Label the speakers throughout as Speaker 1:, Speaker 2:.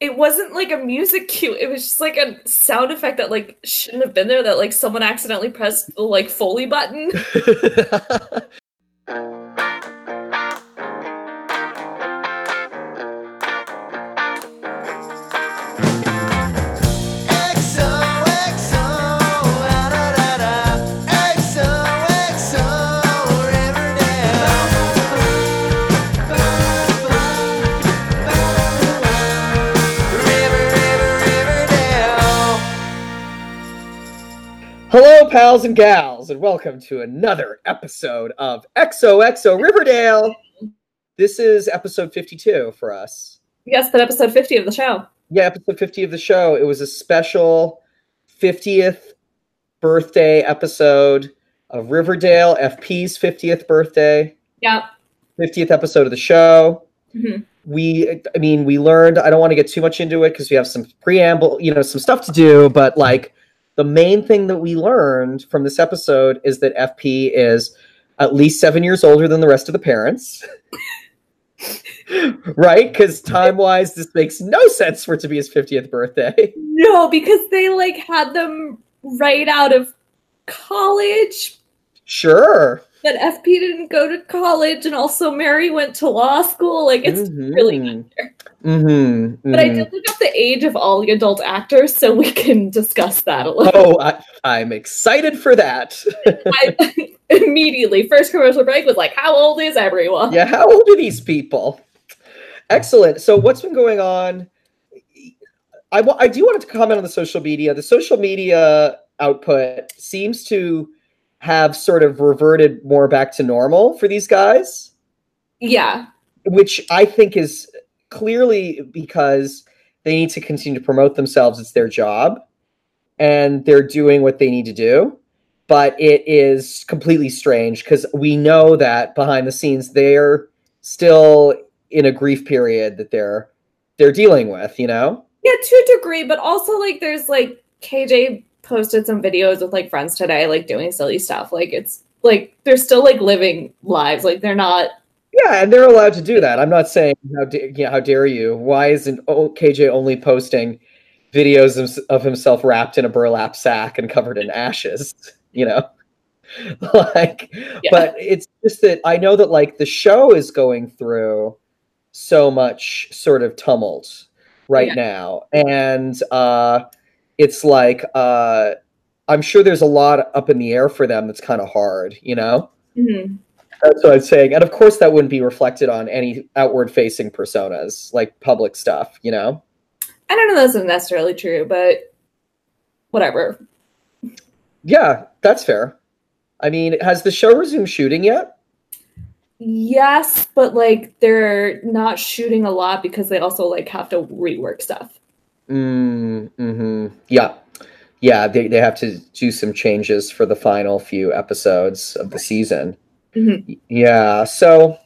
Speaker 1: it wasn't like a music cue. It was just like a sound effect that like shouldn't have been there. That like someone accidentally pressed the like Foley button.
Speaker 2: Hello, pals and gals, and welcome to another episode of XOXO Riverdale. This is episode 52 for us.
Speaker 1: yes, but episode fifty of the show.
Speaker 2: Yeah, episode 50 of the show. It was a special 50th birthday episode of Riverdale, FP's 50th birthday,
Speaker 1: Yep.
Speaker 2: 50th episode of the show.
Speaker 1: Mhm.
Speaker 2: We, I mean, we learned, I don't want to get too much into it because we have some preamble, you know, some stuff to do, but like, the main thing that we learned from this episode is that FP is at least seven years older than the rest of the parents. right? Because time wise, this makes no sense for it to be his 50th birthday.
Speaker 1: No, because they like had them right out of college,
Speaker 2: Sure.
Speaker 1: but FP didn't go to college, and also Mary went to law school. Like it's really
Speaker 2: Mhm. Mhm,
Speaker 1: But I
Speaker 2: mhm.
Speaker 1: did look up the age of all the adult actors, so we can discuss that a little.
Speaker 2: Oh, I, I'm excited for that.
Speaker 1: I, immediately, first commercial break was like, "How old is everyone?"
Speaker 2: yeah, how old are these people? Excellent. So, what's been going on? I wa- I do want to comment on the social media. The social media output seems to have sort of reverted more back to normal for these guys,
Speaker 1: Yeah,
Speaker 2: which I think is clearly because they need to continue to promote themselves. It's their job, and they're doing what they need to do. But it is completely strange because we know that behind the scenes they're still in a grief period that they're they're dealing with. You know.
Speaker 1: yeah, to a degree, but also like, there's like KJ posted some videos with like friends today, like doing silly stuff. Like it's like they're still like living lives. Like they're not.
Speaker 2: Yeah, and they're allowed to do that. I'm not saying how da- yeah, how dare you? Why isn't o- KJ only posting videos of, of himself wrapped in a burlap sack and covered in ashes? You know, like,
Speaker 1: Yeah.
Speaker 2: but it's just that I know that like the show is going through so much sort of tumult right
Speaker 1: Yeah.
Speaker 2: now, and uh, it's like uh, I'm sure there's a lot up in the air for them. That's kind of hard, you know.
Speaker 1: Mhm.
Speaker 2: That's what I'm saying. And of course, that wouldn't be reflected on any outward facing personas, like public stuff, you know?
Speaker 1: I don't know. That's not necessarily true, but whatever.
Speaker 2: Yeah, that's fair. I mean, has the show resumed shooting yet?
Speaker 1: Yes, but like they're not shooting a lot because they also like have to rework stuff.
Speaker 2: Mm, hmm Yeah. Yeah, they, they have to do some changes for the final few episodes of the season.
Speaker 1: Mhm.
Speaker 2: Y- Yeah, so,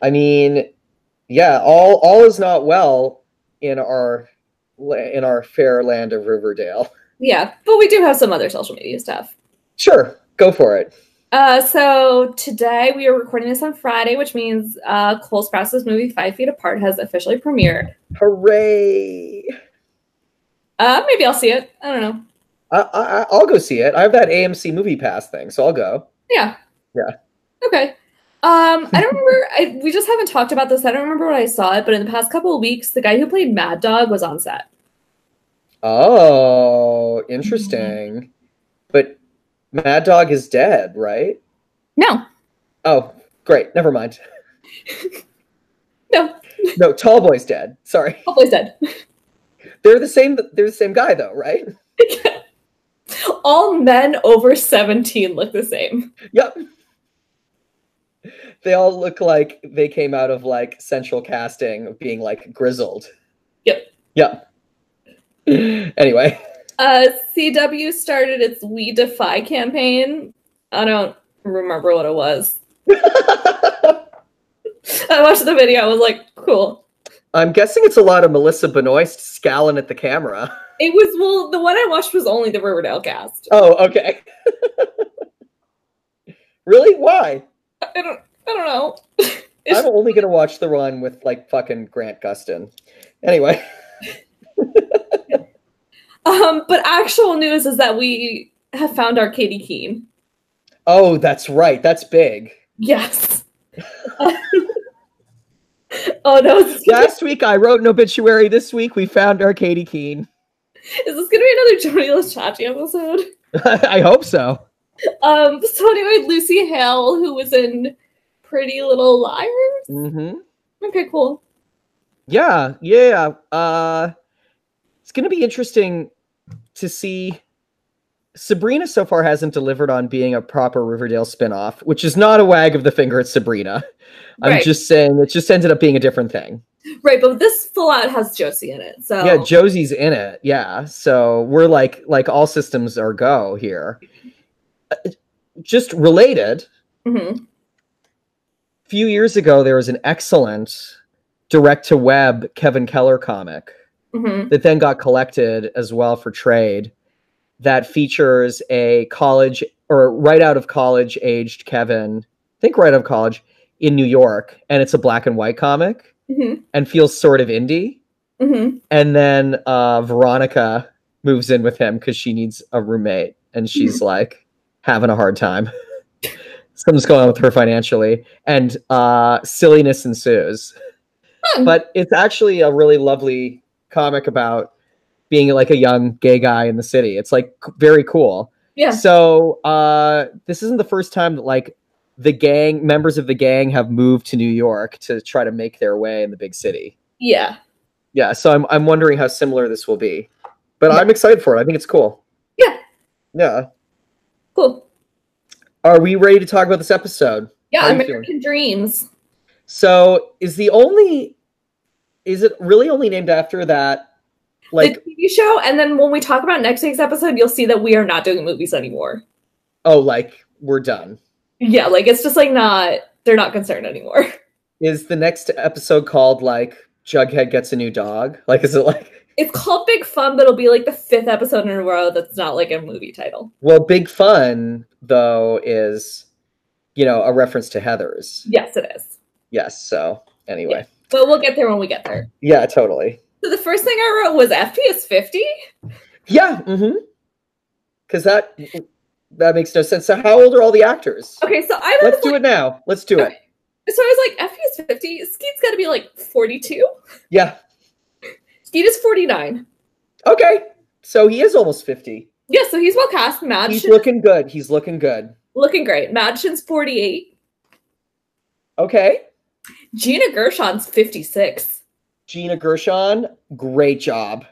Speaker 2: I mean, yeah, all all is not well in our la- in our fair land of Riverdale.
Speaker 1: Yeah, but we do have some other social media stuff.
Speaker 2: Sure, go for it.
Speaker 1: Uh, so today we are recording this on Friday, which means uh, Cole Sprouse's movie Five Feet Apart has officially premiered.
Speaker 2: Hooray!
Speaker 1: Uh, maybe I'll see it. I don't know.
Speaker 2: I, I, I'll go see it. I have that AMC Movie Pass thing, so I'll go.
Speaker 1: Yeah.
Speaker 2: Yeah.
Speaker 1: Okay. Um, I don't remember. I, we just haven't talked about this. I don't remember when I saw it, but in the past couple of weeks, the guy who played Mad Dog was on set.
Speaker 2: Oh, interesting. But Mad Dog is dead, right?
Speaker 1: No,
Speaker 2: Oh, great. Never mind.
Speaker 1: no,
Speaker 2: No, Tall Boy's dead. Sorry.
Speaker 1: Hopefully dead.
Speaker 2: They're the same. They're the same guy, though, right?
Speaker 1: All men over seventeen look the same.
Speaker 2: Yep. They all look like they came out of like central casting, of being like grizzled.
Speaker 1: Yep.
Speaker 2: Yep. anyway.
Speaker 1: Uh, CW started its We Defy campaign. I don't remember what it was. I watched the video. I was like, cool.
Speaker 2: I'm guessing it's a lot of Melissa Benoist scowling at the camera.
Speaker 1: It was well. The one I watched was only the Riverdale cast.
Speaker 2: Oh, okay. really? Why?
Speaker 1: I don't. I don't know.
Speaker 2: I'm only gonna watch the one with like fucking Grant Gustin. Anyway,
Speaker 1: Um, but actual news is that we have found our Katie Keene.
Speaker 2: oh, that's right. That's big.
Speaker 1: Yes. oh no! Is this, gonna,
Speaker 2: Last week I wrote an obituary. This week we found our Katie Keene.
Speaker 1: is this gonna be another Joni Chachi episode?
Speaker 2: I hope so.
Speaker 1: Um. So anyway, Lucy Hale, who was in Pretty Little Liars.
Speaker 2: Mm-hmm.
Speaker 1: Okay, cool.
Speaker 2: Yeah, yeah. Uh, it's going to be interesting to see. Sabrina so far hasn't delivered on being a proper Riverdale spinoff, which is not a wag of the finger at Sabrina. I'm
Speaker 1: Right.
Speaker 2: just saying it just ended up being a different thing.
Speaker 1: Right, but this full out has Josie in it. So
Speaker 2: Yeah, Josie's in it. Yeah, so we're like like all systems are go here. Uh, Just related,
Speaker 1: Mhm.
Speaker 2: few years ago there was an excellent direct to web Kevin Keller comic
Speaker 1: Mhm.
Speaker 2: that then got collected as well for trade that features a college or right out of college aged Kevin, I think right out of college in New York, and it's a black and white comic
Speaker 1: Mhm.
Speaker 2: and feels sort of indie.
Speaker 1: Mhm.
Speaker 2: And then uh, Veronica moves in with him because she needs a roommate and she's
Speaker 1: Hmm.
Speaker 2: like having a hard time. Something's going on with her financially, and uh, silliness ensues.
Speaker 1: Hmm.
Speaker 2: But it's actually a really lovely comic about being like a young gay guy in the city. It's like c- very cool.
Speaker 1: Yeah.
Speaker 2: So uh, this isn't the first time that like the gang members of the gang have moved to New York to try to make their way in the big city
Speaker 1: Yeah.
Speaker 2: yeah so i'm i'm wondering how similar this will be but i'm excited for it i think it's cool
Speaker 1: Yeah.
Speaker 2: yeah
Speaker 1: Cool.
Speaker 2: are we ready to talk about this episode
Speaker 1: Yeah,
Speaker 2: How you
Speaker 1: American Dreams.
Speaker 2: so is the only is it really only named after that like
Speaker 1: the TV show, and then when we talk about next week's episode, you'll see that we are not doing movies anymore.
Speaker 2: oh like we're done
Speaker 1: Yeah, like it's just like not they're not concerned anymore.
Speaker 2: is the next episode called like jughead gets a new dog like is it like
Speaker 1: It's called Big Fun, but it'll be like the fifth episode in a row that's not like a movie title.
Speaker 2: well big fun though is you know a reference to heathers
Speaker 1: Yes, it is.
Speaker 2: yes so anyway
Speaker 1: But we'll get there when we get there.
Speaker 2: yeah totally
Speaker 1: So the first thing I wrote was FPS 50.
Speaker 2: Yeah. Mm-hmm. Because that that makes no sense. So how old are all the actors?
Speaker 1: Okay, so I was
Speaker 2: Let's do it now. Let's do it.
Speaker 1: so I was like FPS 50. Skeet's got to be like 42.
Speaker 2: Yeah.
Speaker 1: Skeet is 49.
Speaker 2: Okay. So he is almost fifty.
Speaker 1: Yeah, so he's well cast.
Speaker 2: He's
Speaker 1: Madge
Speaker 2: looking good. He's looking good.
Speaker 1: looking great. Madchen's 48.
Speaker 2: Okay.
Speaker 1: Gina Gershon's 56.
Speaker 2: Gina Gershon, great job.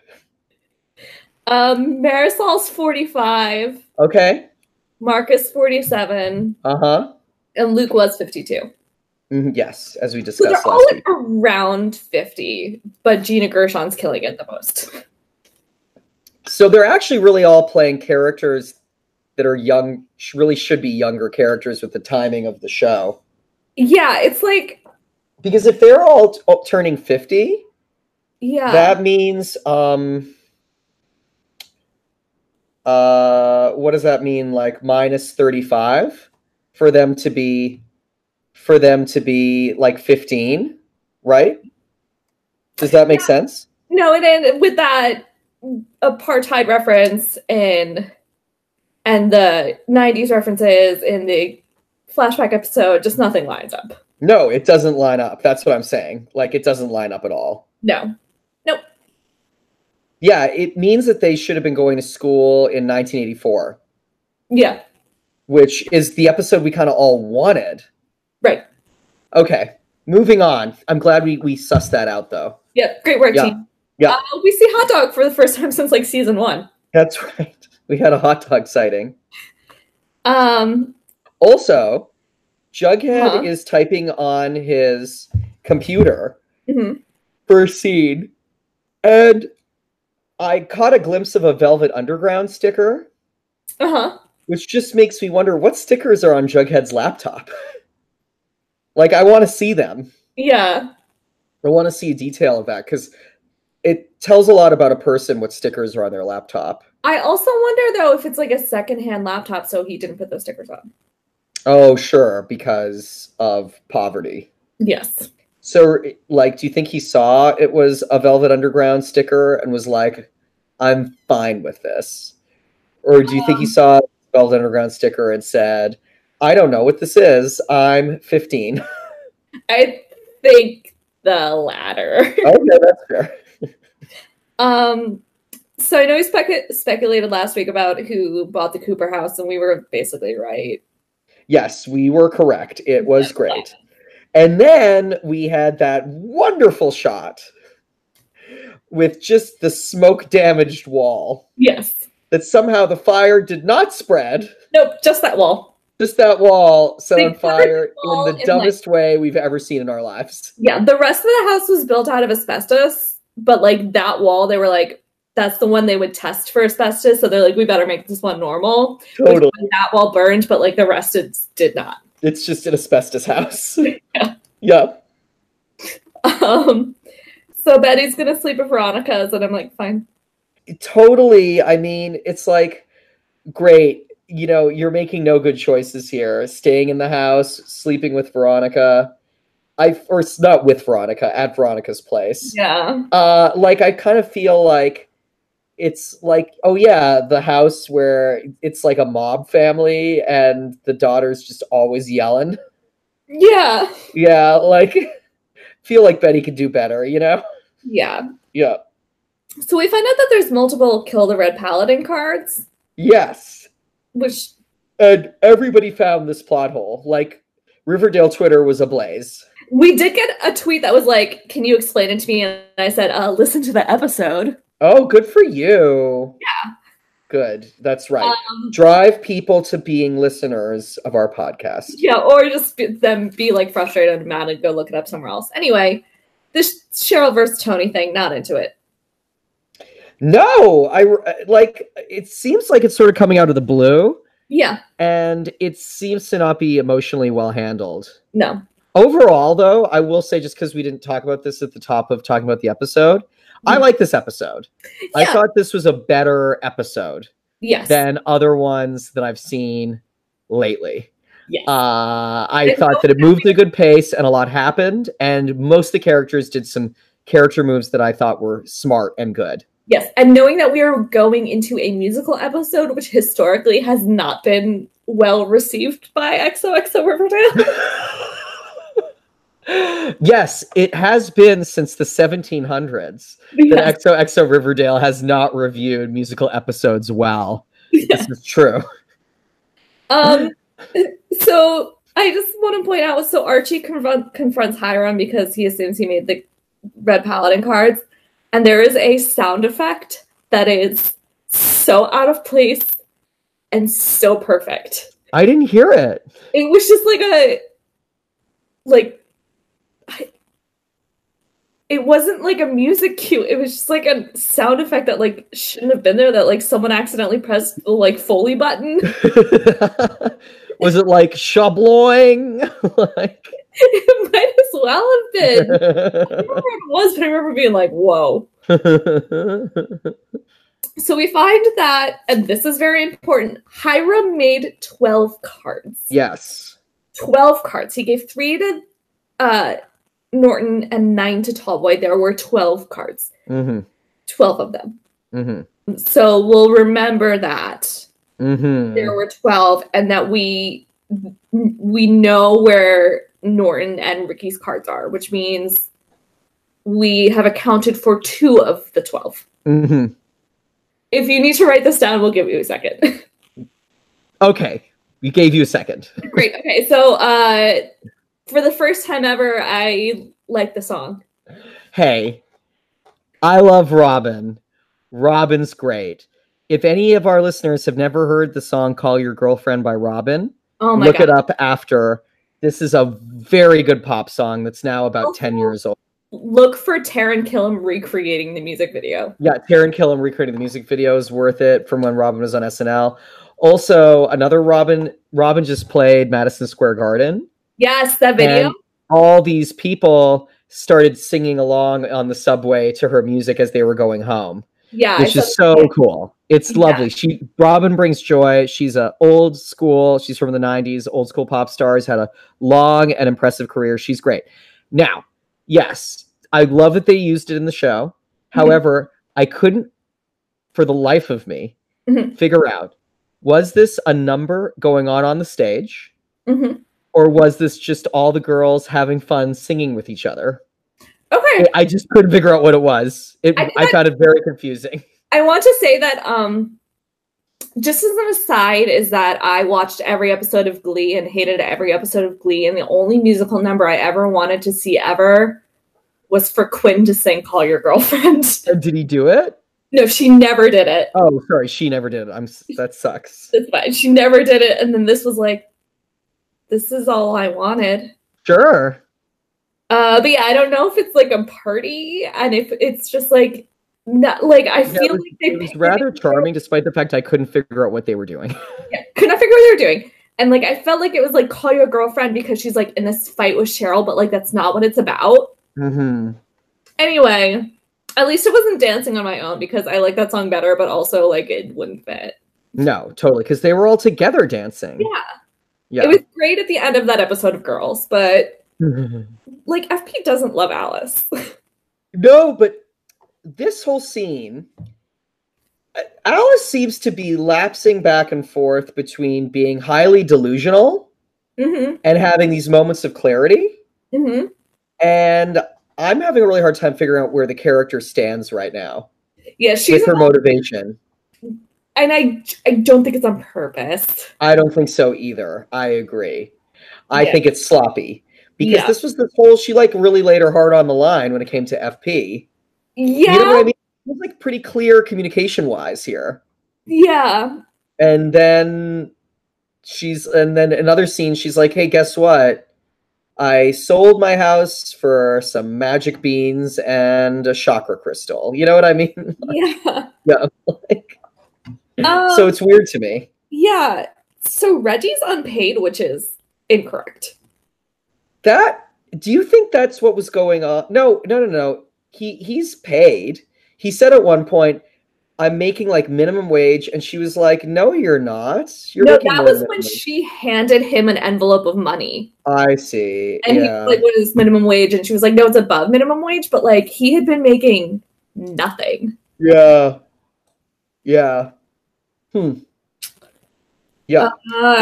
Speaker 1: Um, Marisol's 45,
Speaker 2: Okay.
Speaker 1: Marcus 47,
Speaker 2: Uh huh.
Speaker 1: and Luke was 52.
Speaker 2: Mm-hmm. Yes, as we
Speaker 1: So they're
Speaker 2: discussed
Speaker 1: all
Speaker 2: last
Speaker 1: like
Speaker 2: week.
Speaker 1: around 50, but Gina Gershon's killing it the most.
Speaker 2: So they're actually really all playing characters that are young. sh- Really should be younger characters with the timing of the show.
Speaker 1: yeah, it's like,
Speaker 2: Because if they're all t- all turning fifty,
Speaker 1: yeah.
Speaker 2: that means um uh what does that mean like minus 35 for them to be for them to be like 15 right does that make sense
Speaker 1: no, and then with that apartheid reference in and the 90s references in the flashback episode, just nothing lines up.
Speaker 2: no it doesn't line up that's what i'm saying like it doesn't line up at all
Speaker 1: No.
Speaker 2: yeah it means that they should have been going to school in 1984
Speaker 1: Yeah.
Speaker 2: which is the episode we kind of all wanted
Speaker 1: Right.
Speaker 2: okay moving on i'm glad we we sussed that out though
Speaker 1: Yeah. Great work,
Speaker 2: Yeah.
Speaker 1: team.
Speaker 2: Yeah.
Speaker 1: Uh, we see Hot Dog for the first time since like season one.
Speaker 2: That's right. We had a hot dog sighting.
Speaker 1: Um,
Speaker 2: Also, Jughead
Speaker 1: Huh?
Speaker 2: is typing on his computer
Speaker 1: mhm.
Speaker 2: for a scene, and I caught a glimpse of a Velvet Underground sticker,
Speaker 1: uh-huh.
Speaker 2: which just makes me wonder what stickers are on Jughead's laptop. like, I want to see them.
Speaker 1: Yeah.
Speaker 2: I want to see a detail of that because it tells a lot about a person what stickers are on their laptop.
Speaker 1: I also wonder though if it's like a secondhand laptop, so he didn't put those stickers on.
Speaker 2: Oh, sure, because of poverty.
Speaker 1: Yes.
Speaker 2: So, like, do you think he saw it was a Velvet Underground sticker and was like, "I'm fine with this," or do you think he saw Velvet Underground sticker and said, "I don't know what this is. I'm 15."
Speaker 1: I think the latter.
Speaker 2: oh, yeah, that's fair.
Speaker 1: Um, so I know we spec- speculated last week about who bought the Cooper house, and we were basically right.
Speaker 2: Yes, we were correct. It was great. And then we had that wonderful shot with just the smoke damaged wall
Speaker 1: Yes.
Speaker 2: that somehow the fire did not spread.
Speaker 1: Nope, just that wall.
Speaker 2: Just that wall set
Speaker 1: They covered
Speaker 2: on
Speaker 1: the
Speaker 2: fire
Speaker 1: wall
Speaker 2: in
Speaker 1: in,
Speaker 2: the
Speaker 1: like-
Speaker 2: dumbest way we've ever seen in our lives.
Speaker 1: Yeah, the rest of the house was built out of asbestos, but like that wall, they were like, that's the one they would test for asbestos. So they're like, we better make this one normal. Which
Speaker 2: Totally.
Speaker 1: one That wall burned, but like the rest it did not.
Speaker 2: It's just an asbestos house.
Speaker 1: Yeah.
Speaker 2: yep.
Speaker 1: Um, so Betty's gonna sleep with Veronica's, and I'm like, fine.
Speaker 2: Totally. I mean, it's like, great. You know, you're making no good choices here. Staying in the house, sleeping with Veronica. I or s- not with Veronica, at Veronica's place.
Speaker 1: Yeah.
Speaker 2: Uh like I kind of feel like it's like, oh yeah, the house where it's like a mob family and the daughter's just always yelling.
Speaker 1: Yeah.
Speaker 2: Yeah, like feel like Betty could do better, you know?
Speaker 1: Yeah.
Speaker 2: Yeah.
Speaker 1: So we find out that there's multiple kill the red paladin cards,
Speaker 2: Yes.
Speaker 1: which
Speaker 2: And everybody found this plot hole. Like Riverdale Twitter was ablaze.
Speaker 1: we did get a tweet that was like, Can you explain it to me? And I said, uh, listen to the episode.
Speaker 2: Oh, good for you. Yeah. Good. That's right.
Speaker 1: Um,
Speaker 2: Drive people to being listeners of our podcast.
Speaker 1: yeah, or just be, them be like frustrated and mad and go look it up somewhere else. Anyway, this Cheryl versus Tony thing, not into it.
Speaker 2: No, I uh, like it seems like it's sort of coming out of the blue
Speaker 1: Yeah,
Speaker 2: and it seems to not be emotionally well handled.
Speaker 1: no.
Speaker 2: Overall, though, I will say just because we didn't talk about this at the top of talking about the episode, I
Speaker 1: Mhm.
Speaker 2: like this episode. I
Speaker 1: Yeah.
Speaker 2: thought this was a better episode
Speaker 1: Yes.
Speaker 2: than other ones that I've seen lately.
Speaker 1: yes.
Speaker 2: Uh, I
Speaker 1: There's
Speaker 2: thought that it moved at a good pace and a lot happened, and most of the characters did some character moves that I thought were smart and good.
Speaker 1: Yes, and knowing that we are going into a musical episode, which historically has not been well received by XOXO Riverdale.
Speaker 2: yes, it has been since the 1700s
Speaker 1: Yes.
Speaker 2: that XOXO Riverdale has not reviewed musical episodes well. This is true.
Speaker 1: Um, so I just want to point out so Archie confront, confronts Hiram because he assumes he made the red paladin cards, and there is a sound effect that is so out of place and so perfect.
Speaker 2: I didn't hear it.
Speaker 1: It was just like a like I, it wasn't like a music cue. It was just like a sound effect that like shouldn't have been there that like someone accidentally pressed the like Foley button.
Speaker 2: was it like shoveling? like
Speaker 1: it might as well have been. I don't remember what it was, but I remember being like, whoa. So we find that, and this is very important, Hiram made 12 cards.
Speaker 2: yes.
Speaker 1: 12 cards. He gave three to uh, Norton and nine to Tallboy. There were 12 cards,
Speaker 2: hmm
Speaker 1: 12 of them.
Speaker 2: hmm
Speaker 1: So we'll remember that
Speaker 2: hmm
Speaker 1: there were 12 and that we we know where Norton and Ricky's cards are, which means we have accounted for two of the 12.
Speaker 2: hmm
Speaker 1: If you need to write this down, we'll give you a second.
Speaker 2: Okay. We gave you a second.
Speaker 1: Great. Okay. So, uh, for the first time ever, I like the song.
Speaker 2: Hey, I love Robin. Robin's great. If any of our listeners have never heard the song Call Your Girlfriend by Robin,
Speaker 1: Oh my
Speaker 2: look
Speaker 1: God.
Speaker 2: it up after. This is a very good pop song that's now about
Speaker 1: Oh.
Speaker 2: 10 years old.
Speaker 1: Look for Taryn Killam recreating the music video.
Speaker 2: Yeah, Taryn Killam recreating the music video is worth it from when Robin was on SNL. Also, another Robin, Robin just played Madison Square Garden.
Speaker 1: Yes, that video.
Speaker 2: And all these people started singing along on the subway to her music as they were going home,
Speaker 1: yeah. I
Speaker 2: which
Speaker 1: saw-
Speaker 2: is so cool. It's
Speaker 1: Yeah.
Speaker 2: lovely. She Robin brings joy. She's a old school. She's from the '90s. Old school pop stars had a long and impressive career. She's great. Now, yes, I love that they used it in the show.
Speaker 1: Mm-hmm.
Speaker 2: However, I couldn't, for the life of me,
Speaker 1: Mhm.
Speaker 2: figure out was this a number going on on the stage,
Speaker 1: Mhm.
Speaker 2: or was this just all the girls having fun singing with each other?
Speaker 1: Okay.
Speaker 2: I, I just couldn't figure out what it was. It,
Speaker 1: I think
Speaker 2: I found it very confusing.
Speaker 1: I want to say that um just as an aside is that I watched every episode of Glee and hated every episode of Glee and the only musical number I ever wanted to see ever was for Quinn to sing Call Your Girlfriend.
Speaker 2: Did he do it?
Speaker 1: no, she never did it.
Speaker 2: Oh, sorry, she never did it. I'm s- that sucks.
Speaker 1: That's fine. She never did it and then this was like this is all I wanted.
Speaker 2: Sure.
Speaker 1: Uh but yeah, I don't know if it's like a party and if it's just like not like I
Speaker 2: Yeah,
Speaker 1: feel
Speaker 2: it was-
Speaker 1: like they
Speaker 2: It was
Speaker 1: picked-
Speaker 2: rather charming, despite the fact I couldn't figure out what they were doing.
Speaker 1: could not figure what they were doing. And like I felt like it was like call your girlfriend because she's like in this fight with Cheryl, but like that's not what it's about.
Speaker 2: Mm-hmm.
Speaker 1: Anyway, at least it wasn't dancing on my own because I like that song better, but also like it wouldn't fit.
Speaker 2: No, totally, because they were all together dancing.
Speaker 1: Yeah.
Speaker 2: Yeah.
Speaker 1: It was great at the end of that episode of Girls, but
Speaker 2: Mhm.
Speaker 1: like FP doesn't love Alice.
Speaker 2: No, but this whole scene, Alice seems to be lapsing back and forth between being highly delusional
Speaker 1: hmm
Speaker 2: and having these moments of clarity.
Speaker 1: hmm
Speaker 2: And I'm having a really hard time figuring out where the character stands right now
Speaker 1: Yeah, she's
Speaker 2: with her motivation.
Speaker 1: and I I don't think it's on purpose.
Speaker 2: I don't think so either. I agree. I
Speaker 1: Yeah.
Speaker 2: think it's sloppy because
Speaker 1: Yeah.
Speaker 2: this was the whole she like really laid her heart on the line when it came to FP.
Speaker 1: Yeah.
Speaker 2: You know what I mean? It was like pretty clear communication wise here.
Speaker 1: Yeah.
Speaker 2: And then she's and then another scene she's like, "Hey, guess what? I sold my house for some magic beans and a chakra crystal." You know what I mean?
Speaker 1: Yeah.
Speaker 2: yeah. like-
Speaker 1: Um,
Speaker 2: so it's weird to me.
Speaker 1: yeah. So Reggie's unpaid, which is incorrect.
Speaker 2: That do you think that's what was going on? No, no, no, no. He he's paid. He said at one point, "I'm making like minimum wage," and she was like, "No, you're not. You're
Speaker 1: no,
Speaker 2: making
Speaker 1: that
Speaker 2: more
Speaker 1: was
Speaker 2: than
Speaker 1: when
Speaker 2: minimum wage."
Speaker 1: she handed him an envelope of money.
Speaker 2: I see.
Speaker 1: And he
Speaker 2: yeah.
Speaker 1: was like, what is minimum wage? And she was like, no, it's above minimum wage. But like, he had been making nothing.
Speaker 2: yeah. Yeah. Hmm. Yeah.
Speaker 1: Uh,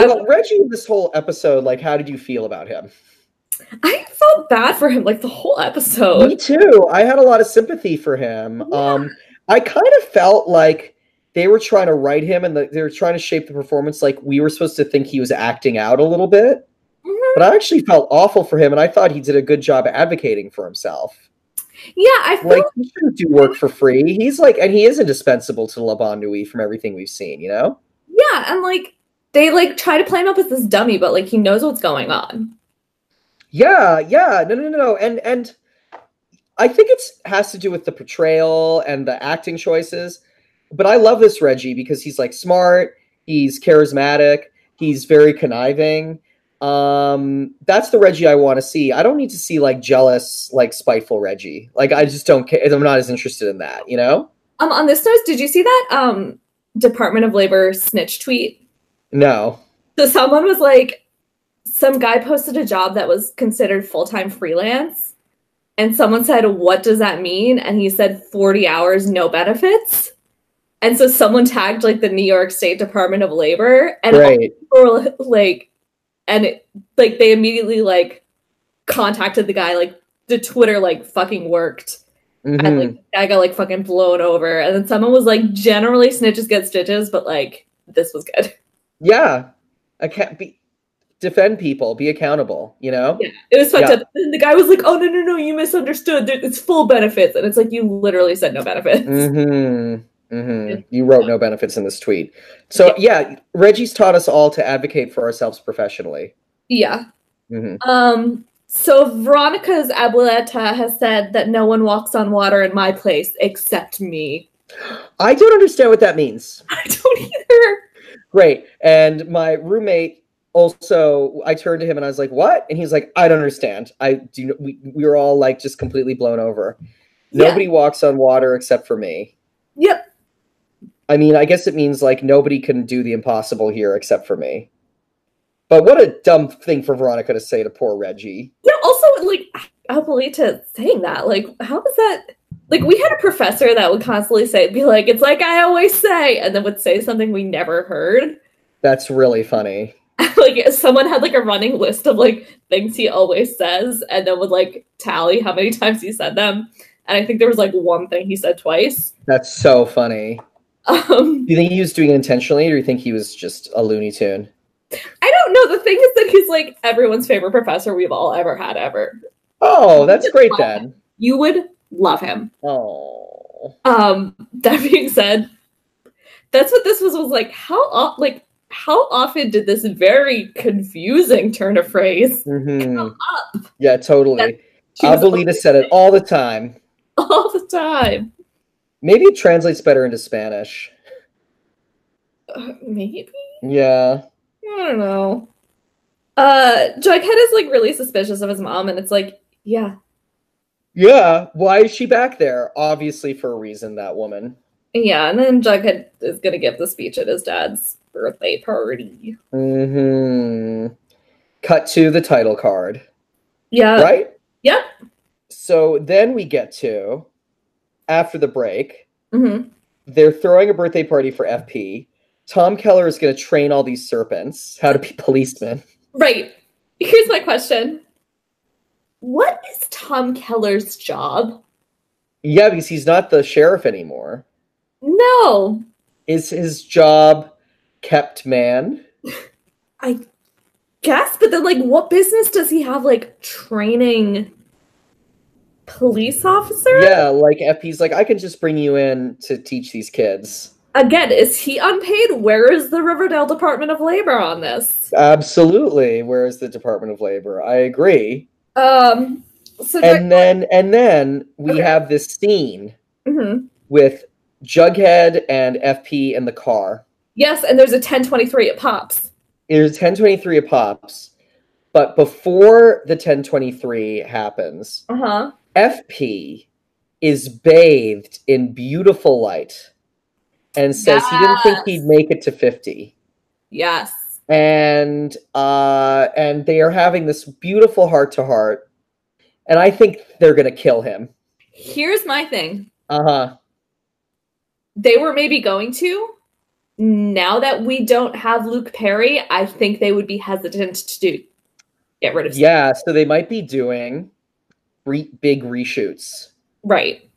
Speaker 2: well, Reggie, this whole episode, like, how did you feel about him?
Speaker 1: I felt bad for him like the whole
Speaker 2: Me
Speaker 1: episode.
Speaker 2: too. I had a lot of sympathy for him.
Speaker 1: Oh, Yeah.
Speaker 2: Um, I kind of felt like they were trying to write him and like, they were trying to shape the performance like we were supposed to think he was acting out a little bit.
Speaker 1: Mhm.
Speaker 2: But I actually felt awful for him and I thought he did a good job advocating for himself.
Speaker 1: Yeah, I felt
Speaker 2: Like he shouldn't do work for free. He's like and he is indispensable to La Bon Nuit from everything we've seen, you know?
Speaker 1: yeah, and like they like try to play him up as this dummy, but like he knows what's going on.
Speaker 2: Yeah, yeah, no, no, no, no, and and I think it's has to do with the portrayal and the acting choices. But I love this Reggie because he's like smart, he's charismatic, he's very conniving. Um, that's the Reggie I want to see. I don't need to see like jealous, like spiteful Reggie. Like I just don't care. I'm not as interested in that, you know?
Speaker 1: Um, on this note, did you see that um Department of Labor snitch tweet?
Speaker 2: No.
Speaker 1: So someone was like, some guy posted a job that was considered full time freelance. And someone said, What does that mean? And he said, 40 hours, no benefits. And so someone tagged like the New York State Department of Labor. And all
Speaker 2: Right.
Speaker 1: people were like, and it, like they immediately like contacted the guy, like the Twitter like fucking worked. And
Speaker 2: Mhm.
Speaker 1: like I got like fucking blown over. And then someone was like, Generally snitches get stitches, but like this was good.
Speaker 2: Yeah. I can't be defend people, be accountable, you know?
Speaker 1: Yeah, it was fucked
Speaker 2: Yeah.
Speaker 1: up. And the guy was like, "Oh no, no, no, you misunderstood. There- It's full benefits," and it's like you literally said no benefits.
Speaker 2: Mm-hmm. Mm-hmm. You wrote no benefits in this tweet. So yeah, Reggie's taught us all to advocate for ourselves professionally.
Speaker 1: Yeah.
Speaker 2: hmm
Speaker 1: Um. So Veronica's abuelita has said that no one walks on water in my place except me.
Speaker 2: I don't understand what that means.
Speaker 1: I don't either.
Speaker 2: Great. And my roommate also, I turned to him and I was like, "What?" And he's like, "I don't understand. I do. We we were all like just completely blown over. Nobody walks on water except for me.
Speaker 1: Yeah. Yep.
Speaker 2: I mean, I guess it means like nobody can do the impossible here except for me. But what a dumb thing for Veronica to say to poor Reggie.
Speaker 1: Yeah. Also, like Abuelita saying that? Like, how is that? Like, we had a professor that would constantly say, be like, it's like I always say, and then would say something we never heard.
Speaker 2: That's really funny.
Speaker 1: like, someone had like a running list of like things he always says, and then would like tally how many times he said them. And I think there was like one thing he said twice.
Speaker 2: That's so funny.
Speaker 1: Um,
Speaker 2: Do you think he was doing it intentionally, or do you think he was just a Looney Tune?
Speaker 1: I don't know. The thing is that he's like everyone's favorite professor we've all ever had ever.
Speaker 2: Oh, that's great then.
Speaker 1: You would love him.
Speaker 2: Oh,
Speaker 1: Um, that being said, that's what this was was like. How o- like how often did this very confusing turn of phrase?
Speaker 2: hmm yeah, totally. Abuelita
Speaker 1: always
Speaker 2: said it all the time.
Speaker 1: all the time.
Speaker 2: Maybe it translates better into Spanish.
Speaker 1: Uh, maybe
Speaker 2: Yeah,
Speaker 1: I don't know. Uh, Jughead is like really suspicious of his mom, and it's like, yeah,
Speaker 2: yeah. Why is she back there? Obviously for a reason. That woman.
Speaker 1: yeah. And then Jughead is gonna give the speech at his dad's birthday party.
Speaker 2: Hmm. Cut to the title card.
Speaker 1: Yeah,
Speaker 2: right?
Speaker 1: Uh, yep.
Speaker 2: So then we get to after the break.
Speaker 1: hmm
Speaker 2: they're throwing a birthday party for FP. Tom Keller is going to train all these serpents how to be policemen.
Speaker 1: right. Here's my question: What is Tom Keller's job?
Speaker 2: Yeah, because he's not the sheriff anymore.
Speaker 1: No,
Speaker 2: Is his job kept man?
Speaker 1: I guess, but then, like, what business does he have, like, training police officers?
Speaker 2: Yeah, like FP's like, I can just bring you in to teach these kids.
Speaker 1: Again, is he unpaid? Where is the Riverdale Department of Labor on this?
Speaker 2: Absolutely. Where is the Department of Labor? I agree.
Speaker 1: Um, so
Speaker 2: And then and then we
Speaker 1: Okay.
Speaker 2: have this scene
Speaker 1: Mhm.
Speaker 2: with Jughead and FP in the car.
Speaker 1: yes, and there's a 1023 at Pops.
Speaker 2: it is 1023 it pops but before the 1023 happens
Speaker 1: Uh huh.
Speaker 2: fp is bathed in beautiful light and says he didn't think he'd make it to 50
Speaker 1: Yes.
Speaker 2: and uh and they are having this beautiful heart to heart and i think they're gonna kill him
Speaker 1: Here's my thing
Speaker 2: uh-huh
Speaker 1: they were maybe going to. Now that we don't have Luke Perry, I think they would be hesitant to do get rid of
Speaker 2: yeah so they might be doing re- big reshoots
Speaker 1: Right.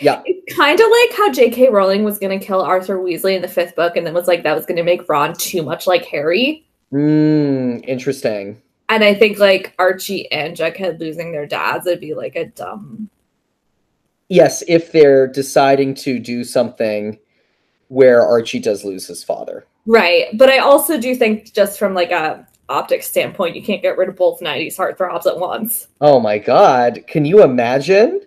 Speaker 2: Yeah.
Speaker 1: It's kind of like how J.K. Rowling was going to kill Arthur Weasley in the fifth book and then was like, that was going to make Ron too much like Harry.
Speaker 2: mm, interesting
Speaker 1: And I think like Archie and Jughead losing their dads would be like a dumb.
Speaker 2: Yes, if they're deciding to do something where Archie does lose his father.
Speaker 1: Right. But I also do think, just from like a optics standpoint, you can't get rid of both 90s heartthrobs at once.
Speaker 2: Oh my god, can you imagine?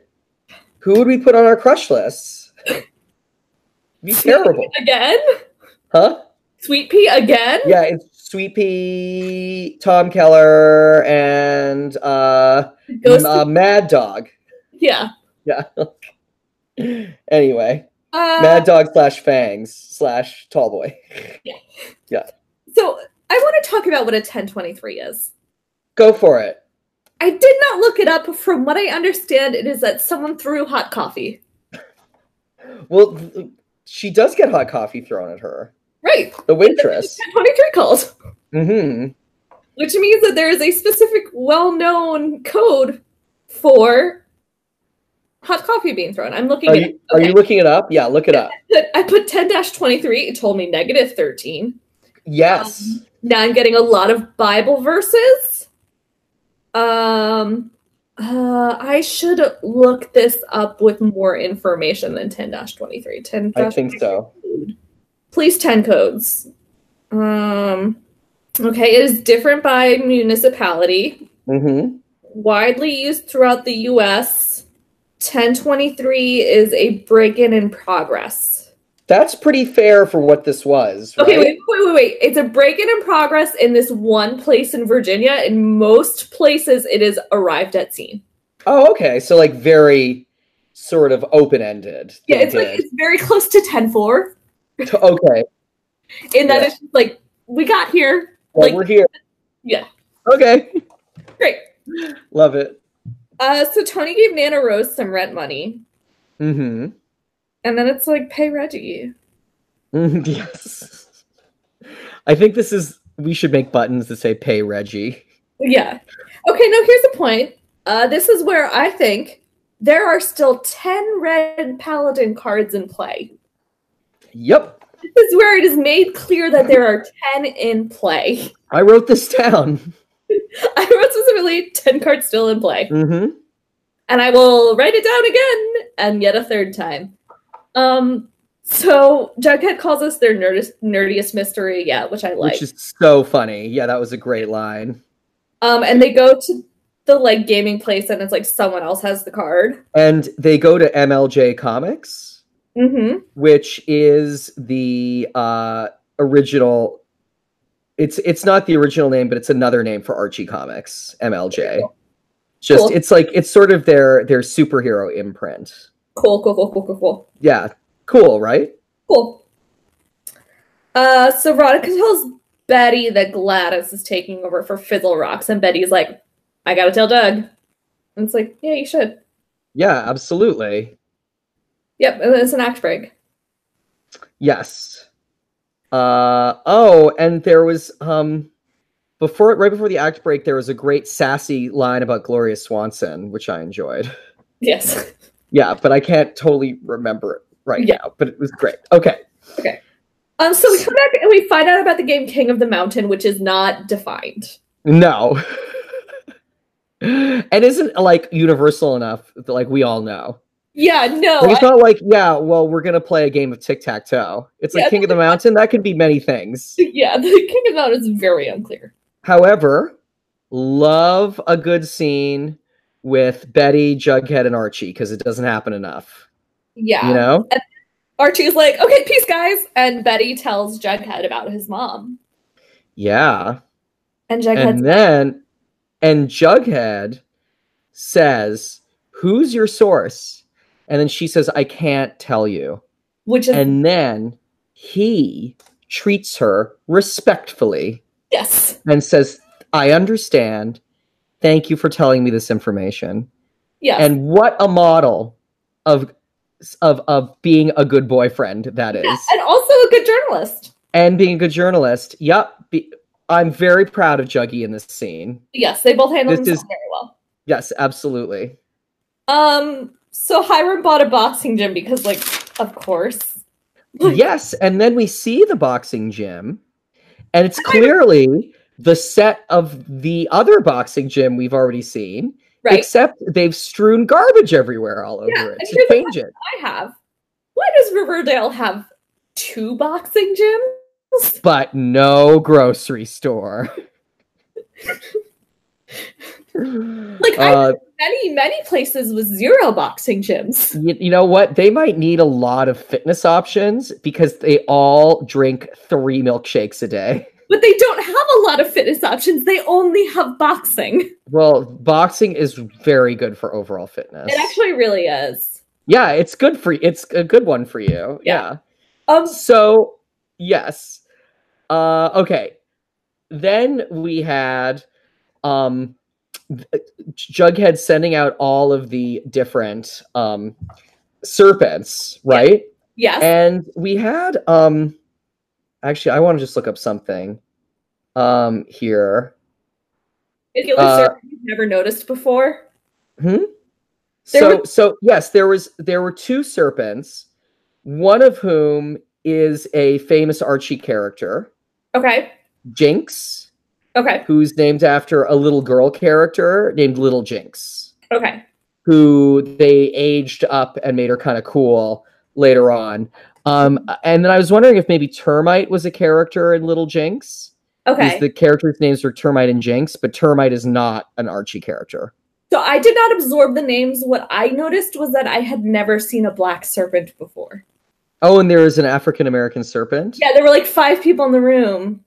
Speaker 2: Who would we put on our crush lists? Be terrible,
Speaker 1: Again?
Speaker 2: huh?
Speaker 1: Sweet Pea again?
Speaker 2: Yeah, it's Sweet Pea, Tom Keller, and uh,
Speaker 1: Ghost.
Speaker 2: uh, Mad Dog.
Speaker 1: yeah.
Speaker 2: Yeah. anyway,
Speaker 1: Uh,
Speaker 2: Mad Dog slash Fangs slash Tall Boy.
Speaker 1: so I want to talk about what a 1023 is.
Speaker 2: Go for it.
Speaker 1: I did not look it up. From what I understand, it is that someone threw hot coffee.
Speaker 2: Well, th- she does get hot coffee thrown at her.
Speaker 1: Right.
Speaker 2: The waitress.
Speaker 1: 23 called,
Speaker 2: hmm
Speaker 1: which means that there is a specific well known code for hot coffee being thrown. I'm looking
Speaker 2: Are
Speaker 1: at
Speaker 2: you are you looking it up? Yeah, look it
Speaker 1: Um,
Speaker 2: up.
Speaker 1: I put 10 23, it told me negative 13.
Speaker 2: Yes.
Speaker 1: Um, now I'm getting a lot of Bible verses. Um, uh, I should look this up with more information than 10 23. 10
Speaker 2: I think so.
Speaker 1: Please 10 codes. Um, okay, it is different by municipality.
Speaker 2: hmm
Speaker 1: Widely used throughout the US. 1023 is a break in in progress.
Speaker 2: That's pretty fair for what this was.
Speaker 1: Okay,
Speaker 2: right?
Speaker 1: wait, wait, wait, wait. It's a break in in progress in this one place in Virginia. In most places, it is arrived at scene.
Speaker 2: Oh, okay. So like very sort of open ended.
Speaker 1: Yeah, it's like it's very close to 10 4
Speaker 2: okay.
Speaker 1: in that
Speaker 2: Yeah.
Speaker 1: it's like, we got here.
Speaker 2: Well,
Speaker 1: like,
Speaker 2: we're here.
Speaker 1: yeah.
Speaker 2: Okay.
Speaker 1: Great.
Speaker 2: Love it.
Speaker 1: Uh, so Tony gave Nana Rose some rent money,
Speaker 2: Mm-hmm.
Speaker 1: and then it's like pay Reggie.
Speaker 2: Mhm, yes. I think this is we should make buttons that say pay Reggie.
Speaker 1: Yeah. Okay. Now here's the point. Uh, this is where I think there are still ten red paladin cards in play.
Speaker 2: Yep.
Speaker 1: This is where it is made clear that there are ten in play.
Speaker 2: I wrote this down.
Speaker 1: I wrote specifically ten cards still in play.
Speaker 2: Mm-hmm.
Speaker 1: and I will write it down again and yet a third time. Um, so Jughead calls us their nerdest, nerdiest mystery yet, which I like.
Speaker 2: Which is so funny. Yeah, that was a great line.
Speaker 1: um, and they go to the like gaming place, and it's like someone else has the card.
Speaker 2: And they go to MLJ Comics,
Speaker 1: Mm-hmm.
Speaker 2: which is the uh original it's it's not the original name, but it's another name for Archie Comics, MLJ. Just
Speaker 1: Cool.
Speaker 2: it's like it's sort of their their superhero imprint.
Speaker 1: Cool, cool, cool, cool, cool, cool,
Speaker 2: Yeah. Cool, right?
Speaker 1: cool. Uh, so Veronica tells Betty that Gladys is taking over for Fizzle Rocks, and Betty's like, "I gotta tell Doug." And it's like, "Yeah, you should."
Speaker 2: Yeah, absolutely.
Speaker 1: Yep, and then it's an act break.
Speaker 2: Yes. Uh oh, and there was um before right before the act break, there was a great sassy line about Gloria Swanson, which I enjoyed.
Speaker 1: Yes.
Speaker 2: Yeah, but I can't totally remember it right
Speaker 1: Yeah.
Speaker 2: now. But it was great. Okay.
Speaker 1: Um, so we come back and we find out about the game King of the Mountain, which is not defined.
Speaker 2: No. and isn't like universal enough that like we all know.
Speaker 1: Yeah, no.
Speaker 2: Like, it's
Speaker 1: Oh, I-
Speaker 2: not like, yeah, well, we're gonna play a game of tic-tac-toe. It's like
Speaker 1: Yeah,
Speaker 2: King of the Mountain, that could be many things.
Speaker 1: yeah, the King of the Mountain is very unclear.
Speaker 2: However, love a good scene with Betty, Jughead, and Archie because it doesn't happen enough.
Speaker 1: Yeah.
Speaker 2: You know?
Speaker 1: Archie's like, okay, peace, guys. And Betty tells Jughead about his mom.
Speaker 2: Yeah.
Speaker 1: And Jughead's
Speaker 2: And then, and Jughead says, Who's your source? And then she says, I can't tell you.
Speaker 1: which is,
Speaker 2: And then he treats her respectfully
Speaker 1: yes.
Speaker 2: and says, I understand. Thank you for telling me this information.
Speaker 1: Yes.
Speaker 2: and what a model of of of being a good boyfriend that is
Speaker 1: and also a good journalist.
Speaker 2: and being a good journalist yep be, i'm very proud of juggy in this scene
Speaker 1: Yes, they both handle
Speaker 2: This
Speaker 1: themselves
Speaker 2: is-
Speaker 1: very well.
Speaker 2: yes absolutely
Speaker 1: Um, so Hiram bought a boxing gym because, like, of course.
Speaker 2: yes and then we see the boxing gym and it's clearly the set of the other boxing gym we've already seen
Speaker 1: Right.
Speaker 2: except they've strewn garbage everywhere all over
Speaker 1: Yeah,
Speaker 2: it
Speaker 1: and
Speaker 2: to
Speaker 1: here's the
Speaker 2: change it
Speaker 1: I have. Why does Riverdale have two boxing gyms?
Speaker 2: but no grocery store
Speaker 1: Like, I-
Speaker 2: Uh,
Speaker 1: many many places with zero boxing gyms.
Speaker 2: you, you know what? They might need a lot of fitness options because they all drink three milkshakes a day.
Speaker 1: But they don't have a lot of fitness options. They only have boxing.
Speaker 2: Well, boxing is very good for overall fitness.
Speaker 1: It actually really is.
Speaker 2: yeah, it's good for it's a good one for you.
Speaker 1: Yeah.
Speaker 2: Yeah.
Speaker 1: Um
Speaker 2: So, yes. Uh okay. Then we had um Jughead sending out all of the different um serpents, right?
Speaker 1: yes.
Speaker 2: and we had um actually i want to just look up something um here
Speaker 1: If you
Speaker 2: uh,
Speaker 1: listen, you've never noticed before. There
Speaker 2: so so yes there was there were two serpents one of whom is a famous archie character
Speaker 1: Okay.
Speaker 2: jinx
Speaker 1: Okay.
Speaker 2: who's named after a little girl character named little jinx
Speaker 1: Okay.
Speaker 2: who they aged up and made her kind of cool later on um and then i was wondering if maybe termite was a character in little jinx
Speaker 1: Okay.
Speaker 2: is the characters' names are Termite and Jinx, but Termite is not an Archie character.
Speaker 1: so I did not absorb the names. What I noticed was that I had never seen a black serpent before.
Speaker 2: Oh, and there is an African American serpent.
Speaker 1: Yeah, there were like five people in the room.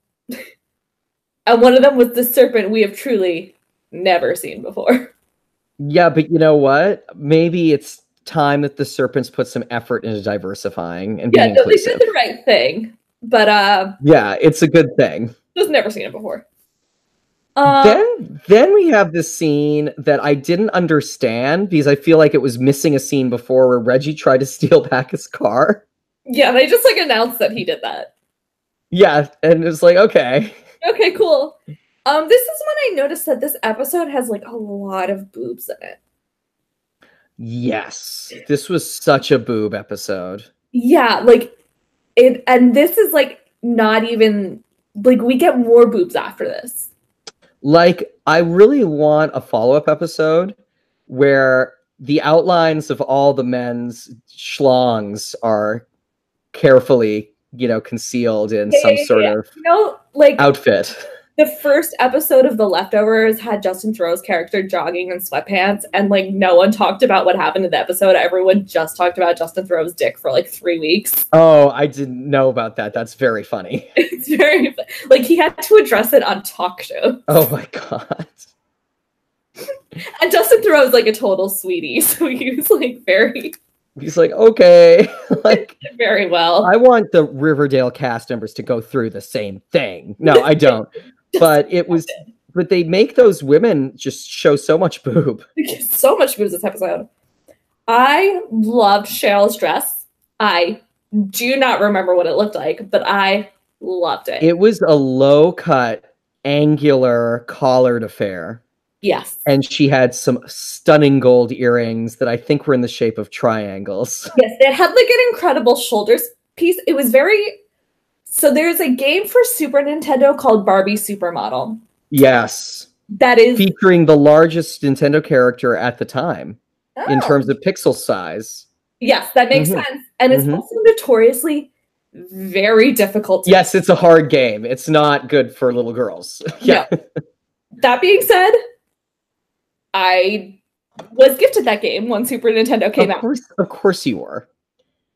Speaker 1: and one of them was the serpent we have truly never seen before.
Speaker 2: Yeah, but you know what? Maybe it's time that the serpents put some effort into diversifying and
Speaker 1: Yeah,
Speaker 2: being
Speaker 1: no, they
Speaker 2: inclusive.
Speaker 1: did the right thing. But uh
Speaker 2: Yeah, it's a good thing.
Speaker 1: just never seen it before. Um,
Speaker 2: then then we have this scene that I didn't understand because I feel like it was missing a scene before where Reggie tried to steal back his car.
Speaker 1: yeah, they just like announced that he did that.
Speaker 2: Yeah, and it's like okay.
Speaker 1: Okay, cool. Um, this is when I noticed that this episode has like a lot of boobs in it.
Speaker 2: Yes. This was such a boob episode.
Speaker 1: Yeah, like it, and this is like not even like we get more boobs after this.
Speaker 2: Like I really want a follow-up episode where the outlines of all the men's schlongs are carefully, you know, concealed in
Speaker 1: Yeah,
Speaker 2: some
Speaker 1: yeah, yeah,
Speaker 2: sort
Speaker 1: yeah.
Speaker 2: of
Speaker 1: You know, like
Speaker 2: Uh, outfit.
Speaker 1: the first episode of The Leftovers had Justin Thoreau's character jogging in sweatpants, and like no one talked about what happened in the episode. Everyone just talked about Justin Thoreau's dick for like three weeks.
Speaker 2: Oh, I didn't know about that. That's very funny.
Speaker 1: It's very like he had to address it on talk show.
Speaker 2: Oh my god.
Speaker 1: And Justin Thoreau's like a total sweetie, so he was like very,
Speaker 2: He's like, okay, like
Speaker 1: very well.
Speaker 2: I want the Riverdale cast members to go through the same thing. No, I don't. But it was but they make those women just show so much boob.
Speaker 1: so much boobs this episode. I loved Cheryl's dress. I do not remember what it looked like, but I loved it.
Speaker 2: It was a low cut, angular collared affair.
Speaker 1: yes.
Speaker 2: And she had some stunning gold earrings that I think were in the shape of triangles.
Speaker 1: Yes, it had like an incredible shoulders piece. It was very so there's a game for Super Nintendo called Barbie Supermodel.
Speaker 2: Yes.
Speaker 1: That is
Speaker 2: Featuring the largest Nintendo character at the time. in
Speaker 1: Oh.
Speaker 2: terms of pixel size.
Speaker 1: Yes, that makes
Speaker 2: Mhm.
Speaker 1: sense. And it's
Speaker 2: Mhm.
Speaker 1: also notoriously very difficult. to-
Speaker 2: Yes, it's a hard game. It's not good for little girls. yeah.
Speaker 1: That being said, I was gifted that game when Super Nintendo came
Speaker 2: of
Speaker 1: out.
Speaker 2: course, of course you were.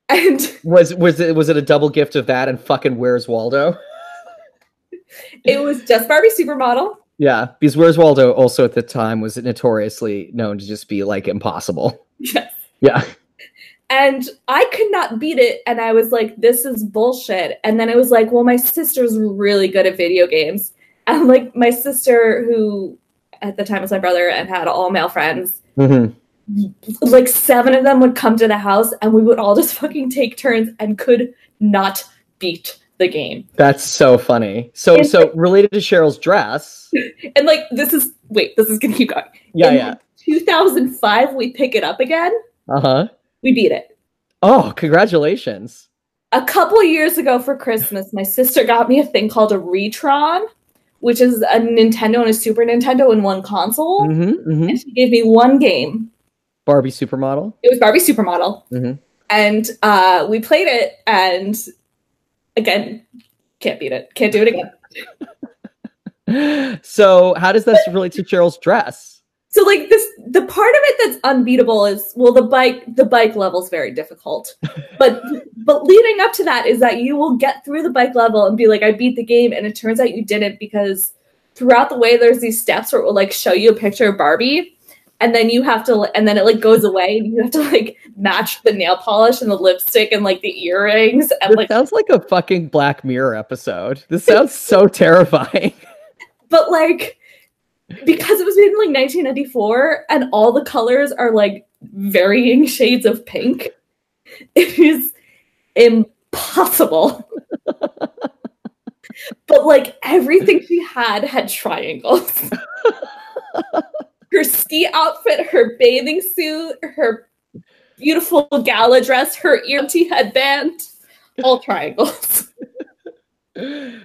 Speaker 1: And
Speaker 2: Was was it was it a double gift of that and fucking Where's Waldo?
Speaker 1: it was just Barbie Supermodel.
Speaker 2: Yeah, because Where's Waldo also at the time was notoriously known to just be like impossible.
Speaker 1: Yes.
Speaker 2: Yeah.
Speaker 1: And I could not beat it. And I was like, this is bullshit. And then I was like, well, my sister's really good at video games. And like, my sister, who at the time was my brother and had all male friends,
Speaker 2: Mhm.
Speaker 1: like seven of them would come to the house and we would all just fucking take turns and could not beat the game.
Speaker 2: That's so funny. So
Speaker 1: It's-
Speaker 2: so related to Cheryl's dress.
Speaker 1: And like, this is, wait, this is gonna keep going.
Speaker 2: Yeah,
Speaker 1: In
Speaker 2: yeah.
Speaker 1: 2005, we pick it up again,
Speaker 2: Uh-huh.
Speaker 1: we beat it.
Speaker 2: Oh, congratulations.
Speaker 1: a couple years ago for Christmas, my sister got me a thing called a Retron, which is a Nintendo and a Super Nintendo in one console.
Speaker 2: Mhm. mhm.
Speaker 1: And she gave me one game.
Speaker 2: Barbie supermodel.
Speaker 1: It was Barbie Supermodel.
Speaker 2: Mhm.
Speaker 1: And uh, we played it, and again, can't beat it. Can't do it again.
Speaker 2: So, how does this relate to Cheryl's dress?
Speaker 1: So like this the part of it that's unbeatable is well the bike the bike level's very difficult. But but leading up to that is that you will get through the bike level and be like I beat the game and it turns out you didn't because throughout the way there's these steps where it will like show you a picture of Barbie and then you have to and then it like goes away and you have to like match the nail polish and the lipstick and like the earrings and
Speaker 2: This
Speaker 1: like
Speaker 2: sounds like a fucking Black Mirror episode. This sounds so terrifying.
Speaker 1: but like because it was made in like 1994 and all the colors are like varying shades of pink it is impossible but like everything she had had triangles her ski outfit her bathing suit her beautiful gala dress her empty headband all triangles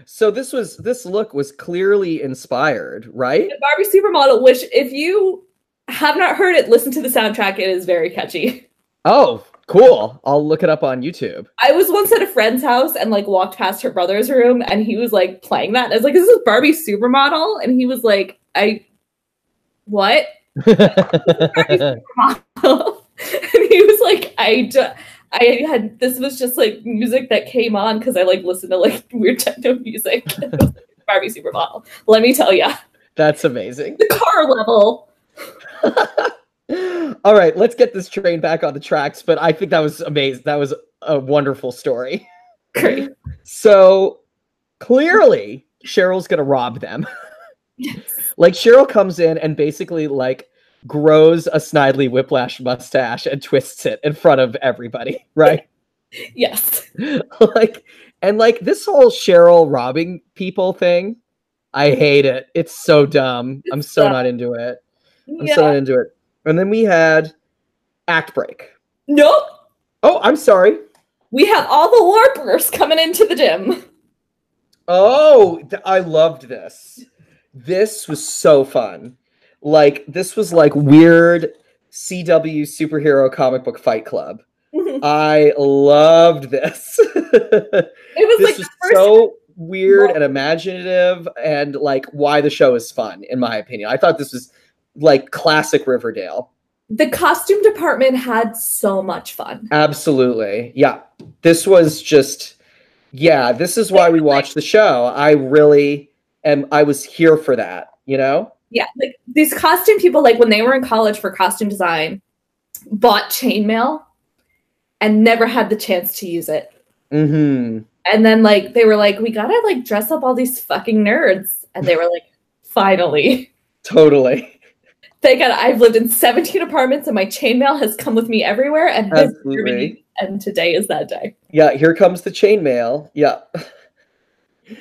Speaker 2: So this was this look was clearly inspired, right?
Speaker 1: The Barbie Supermodel, which if you have not heard it, listen to the soundtrack. It is very catchy.
Speaker 2: Oh, cool. I'll look it up on YouTube.
Speaker 1: I was once at a friend's house and like walked past her brother's room and he was like playing that. And I was like, "Is this Barbie Supermodel?" And he was like, "I what?" and he was like, "I d- I had this was just like music that came on because I like listened to like weird techno music." Barbie Supermodel. Let me tell you,
Speaker 2: That's amazing.
Speaker 1: the car level.
Speaker 2: All right, let's get this train back on the tracks, but I think that was amazing. That was a wonderful story.
Speaker 1: Great.
Speaker 2: So clearly Cheryl's going to rob them. Like Cheryl comes in and basically like grows a Snidely Whiplash mustache and twists it in front of everybody, right?
Speaker 1: Yes.
Speaker 2: like and like this whole Cheryl robbing people thing, I hate it. It's so dumb. I'm so
Speaker 1: dumb.
Speaker 2: not into it. I'm
Speaker 1: yeah.
Speaker 2: so not into it. And then we had act break.
Speaker 1: nope.
Speaker 2: Oh, I'm sorry.
Speaker 1: We have all the LARPers coming into the gym.
Speaker 2: Oh, th- I loved this. This was so fun. Like this was like weird CW superhero comic book fight club.
Speaker 1: it
Speaker 2: I loved this.
Speaker 1: was
Speaker 2: this
Speaker 1: like
Speaker 2: was
Speaker 1: the first
Speaker 2: so weird
Speaker 1: Well-
Speaker 2: and imaginative and like why the show is fun in my opinion. I thought this was like classic Riverdale.
Speaker 1: the costume department had so much fun.
Speaker 2: Absolutely. Yeah. This was just yeah, this is why we watched the show. I really am I was here for that, you know?
Speaker 1: Yeah, like these costume people, like when they were in college for costume design, bought chainmail and never had the chance to use it.
Speaker 2: Mhm.
Speaker 1: And then like they were like, we gotta like dress up all these fucking nerds. And they were like, finally.
Speaker 2: Totally.
Speaker 1: Thank God I've lived in 17 apartments and my chainmail has come with me everywhere and has driven
Speaker 2: Absolutely.
Speaker 1: me. And today is that day.
Speaker 2: Yeah, here comes the chainmail. Yeah.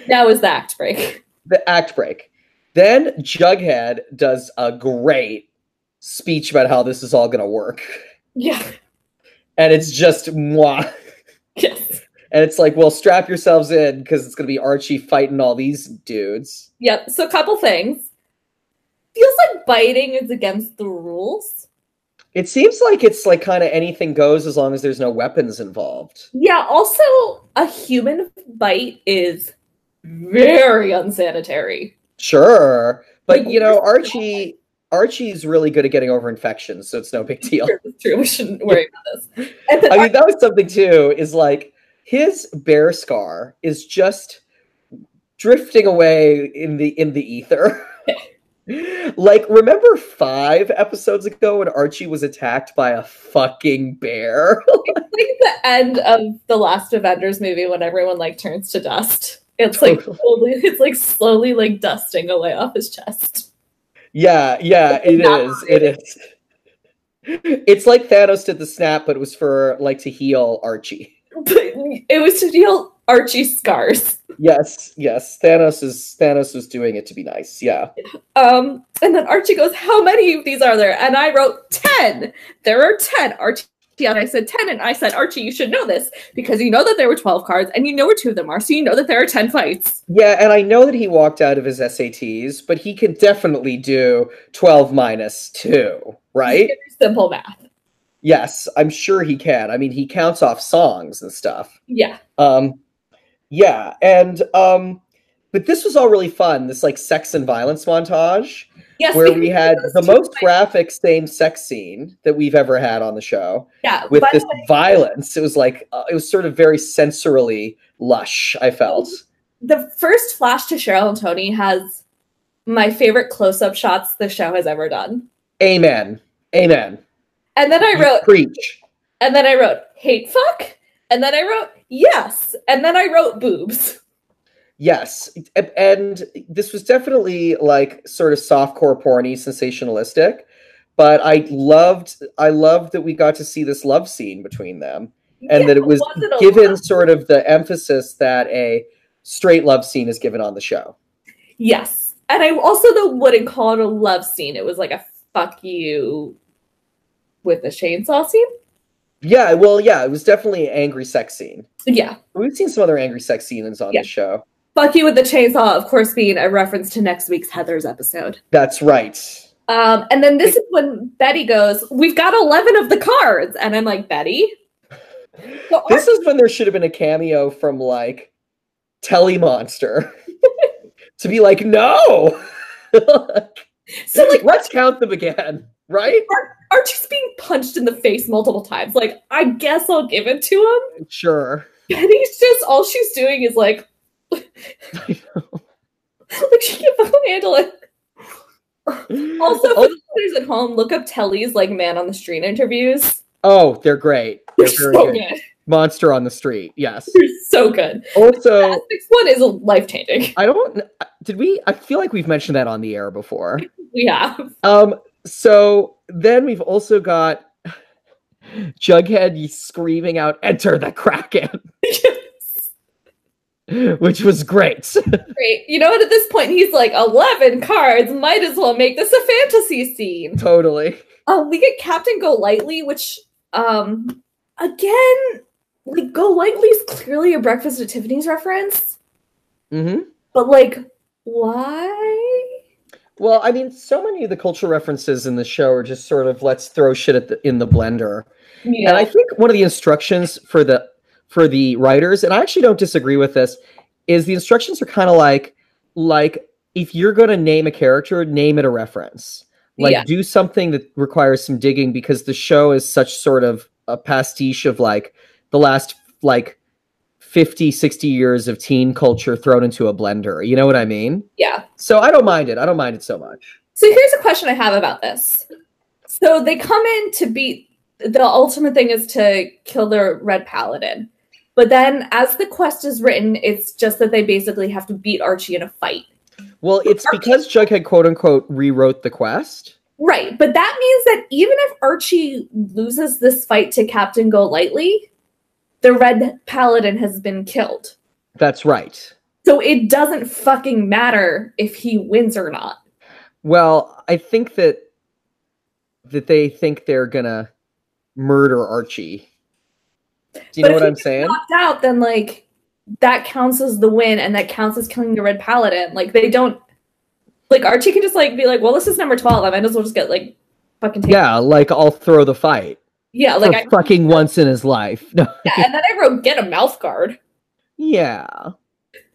Speaker 1: Now is the act break.
Speaker 2: the act break. Then Jughead does a great speech about how this is all going to work.
Speaker 1: Yeah.
Speaker 2: And it's just moi.
Speaker 1: Yes.
Speaker 2: And it's like, well, strap yourselves in because it's going to be Archie fighting all these dudes.
Speaker 1: Yep. So a couple things. Feels like biting is against the rules.
Speaker 2: It seems like it's like kind of anything goes as long as there's no weapons involved.
Speaker 1: Yeah, also a human bite is very unsanitary.
Speaker 2: Sure. But
Speaker 1: Like,
Speaker 2: you know,
Speaker 1: where's the
Speaker 2: Archie Archie's really good at getting over infections, so it's no big deal.
Speaker 1: It's true. We shouldn't worry about this. And then
Speaker 2: I mean, that was something too. Is like his bear scar is just drifting away in the in the ether. like, remember five episodes ago when Archie was attacked by a fucking bear?
Speaker 1: like the end of the last Avengers movie when everyone like turns to dust. It's like
Speaker 2: Totally.
Speaker 1: slowly, it's like slowly like dusting away off his chest.
Speaker 2: yeah, yeah, it
Speaker 1: Not
Speaker 2: is. It is. It's like Thanos did the snap, but it was for like to heal Archie.
Speaker 1: But it was to heal Archie's scars.
Speaker 2: Yes, yes. Thanos is Thanos was doing it to be nice. Yeah.
Speaker 1: Um, and then Archie goes, "How many of these are there?" And I wrote ten. There are ten. Archie and I said ten, and I said, Archie, you should know this because you know that there were twelve cards, and you know where two of them are, so you know that there are ten fights.
Speaker 2: Yeah, and I know that he walked out of his SATs, but he can definitely do 12 minus 2, right?
Speaker 1: Very Simple math.
Speaker 2: yes, I'm sure he can. I mean, he counts off songs and stuff.
Speaker 1: Yeah.
Speaker 2: Um yeah, and um but this was all really fun, this like sex and violence montage
Speaker 1: Yes.
Speaker 2: where
Speaker 1: because
Speaker 2: we had
Speaker 1: those
Speaker 2: the
Speaker 1: two
Speaker 2: most
Speaker 1: fights-
Speaker 2: graphic same sex scene that we've ever had on the show
Speaker 1: Yeah.
Speaker 2: with
Speaker 1: Oh, by the
Speaker 2: this violence. It was like uh, it was sort of very sensorily lush, I felt.
Speaker 1: the first flash to Cheryl and Tony has my favorite close-up shots the show has ever done.
Speaker 2: Amen. Amen.
Speaker 1: And then
Speaker 2: Mm-hmm.
Speaker 1: I wrote,
Speaker 2: Preach.
Speaker 1: and then I wrote, hate fuck, and then I wrote, yes, and then I wrote boobs.
Speaker 2: Yes. A- And this was definitely like sort of softcore porny, sensationalistic. But I loved I loved that we got to see this love scene between them. And
Speaker 1: Yeah,
Speaker 2: that it was
Speaker 1: wasn't a
Speaker 2: given
Speaker 1: lot.
Speaker 2: sort of the emphasis that a straight love scene is given on the show.
Speaker 1: Yes, and I also though wouldn't call it a love scene. It was like a fuck you with a chainsaw scene.
Speaker 2: Yeah, well, yeah, it was definitely an angry sex scene.
Speaker 1: Yeah,
Speaker 2: We've seen some other angry sex scenes on
Speaker 1: Yeah.
Speaker 2: the show.
Speaker 1: fuck you with the chainsaw, of course, being a reference to next week's Heather's episode.
Speaker 2: That's right.
Speaker 1: Um, and then this is when Betty goes, "We've got eleven of the cards," and I'm like, "Betty." So Ar-
Speaker 2: This is when there should have been a cameo from like Telly Monster to be like, no,
Speaker 1: so like
Speaker 2: let's count them again, right?
Speaker 1: Archie's being punched in the face multiple times. Like, I guess I'll give it to him.
Speaker 2: Sure.
Speaker 1: Betty's just all she's doing is like, like she can fucking handle it. Also, for
Speaker 2: oh,
Speaker 1: the listeners at home, look up Telly's like man on the street interviews.
Speaker 2: oh, they're great.
Speaker 1: They're
Speaker 2: They're very
Speaker 1: so
Speaker 2: good.
Speaker 1: good.
Speaker 2: Monster on the street. Yes.
Speaker 1: They're so good.
Speaker 2: Also,
Speaker 1: That sixth one is life changing.
Speaker 2: I don't. Did we? I feel like we've mentioned that on the air before.
Speaker 1: We have
Speaker 2: Um. So then we've also got Jughead screaming out "Enter the Kraken," which was great.
Speaker 1: great. You know what? At this point, he's like eleven cards. Might as well make this a fantasy scene.
Speaker 2: totally.
Speaker 1: Uh, we get Captain Go Lightly, which um again, like Go Lightly is clearly a Breakfast at Tiffany's reference,
Speaker 2: hmm
Speaker 1: but like why?
Speaker 2: Well, I mean, so many of the cultural references in the show are just sort of let's throw shit at the, in the blender.
Speaker 1: Yeah,
Speaker 2: And I think one of the instructions for the for the writers, and I actually don't disagree with this, is the instructions are kind of like like if you're going to name a character, name it a reference. Like
Speaker 1: Yeah.
Speaker 2: do something that requires some digging because the show is such sort of a pastiche of like the last like 50 60 years of teen culture thrown into a blender. You know what I mean?
Speaker 1: yeah.
Speaker 2: So I don't mind it. I don't mind it so much.
Speaker 1: So here's a question I have about this. So they come in to beat the ultimate thing is to kill the red paladin. But then as the quest is written, it's just that they basically have to beat Archie in a fight.
Speaker 2: Well, it's because Jughead quote unquote rewrote the quest.
Speaker 1: Right, but that means that even if Archie loses this fight to Captain Go Lightly, the red paladin has been killed.
Speaker 2: That's right.
Speaker 1: So it doesn't fucking matter if he wins or not.
Speaker 2: Well, I think that that they think they're gonna murder Archie. Do you
Speaker 1: But
Speaker 2: know
Speaker 1: if
Speaker 2: what
Speaker 1: he
Speaker 2: I'm saying?
Speaker 1: knocked out, then like that counts as the win, and that counts as killing the red paladin. Like they don't like Archie can just like be like, well, this is number twelve. I might as well just get like fucking taken.
Speaker 2: Yeah, like I'll throw the fight
Speaker 1: yeah.
Speaker 2: like
Speaker 1: Like I,
Speaker 2: for fucking once in his life. No,
Speaker 1: yeah, and then I wrote, get a mouth guard,
Speaker 2: yeah,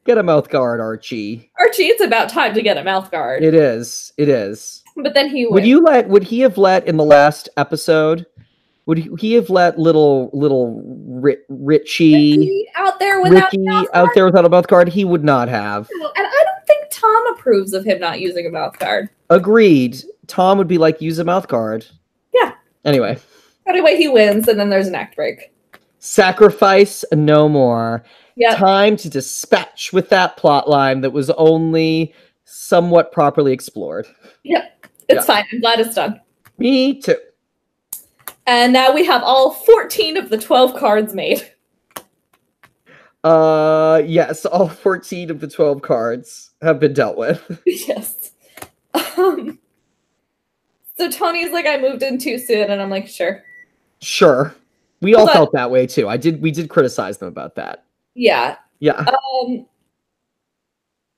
Speaker 2: get a mouth guard, Archie.
Speaker 1: Archie. It's about time to get a mouth guard.
Speaker 2: It is. It is.
Speaker 1: but then he
Speaker 2: Would
Speaker 1: wins.
Speaker 2: you let? Would he have let in the last episode? Would he- he have let little little Ri- Richie
Speaker 1: Ricky out there without
Speaker 2: Ricky
Speaker 1: mouth guard?
Speaker 2: out there without a mouth guard? He would not have.
Speaker 1: and I don't think Tom approves of him not using a mouth guard.
Speaker 2: Agreed. Tom would be like, use a mouth guard.
Speaker 1: Yeah.
Speaker 2: Anyway,
Speaker 1: Anyway, he wins, and then there's an act break.
Speaker 2: sacrifice no more.
Speaker 1: Yeah,
Speaker 2: Time to dispatch with that plot line that was only somewhat properly explored.
Speaker 1: it's
Speaker 2: yeah.
Speaker 1: fine. I'm glad it's done.
Speaker 2: Me too.
Speaker 1: And now we have all 14 of the 12 cards made.
Speaker 2: Uh, yes, all 14 of the 12 cards have been dealt with.
Speaker 1: yes. Um, so Tony's like, I moved in too soon, and I'm like, sure.
Speaker 2: Sure. We all
Speaker 1: But-
Speaker 2: felt that way too. I did we did criticize them about that.
Speaker 1: Yeah.
Speaker 2: Yeah.
Speaker 1: Um,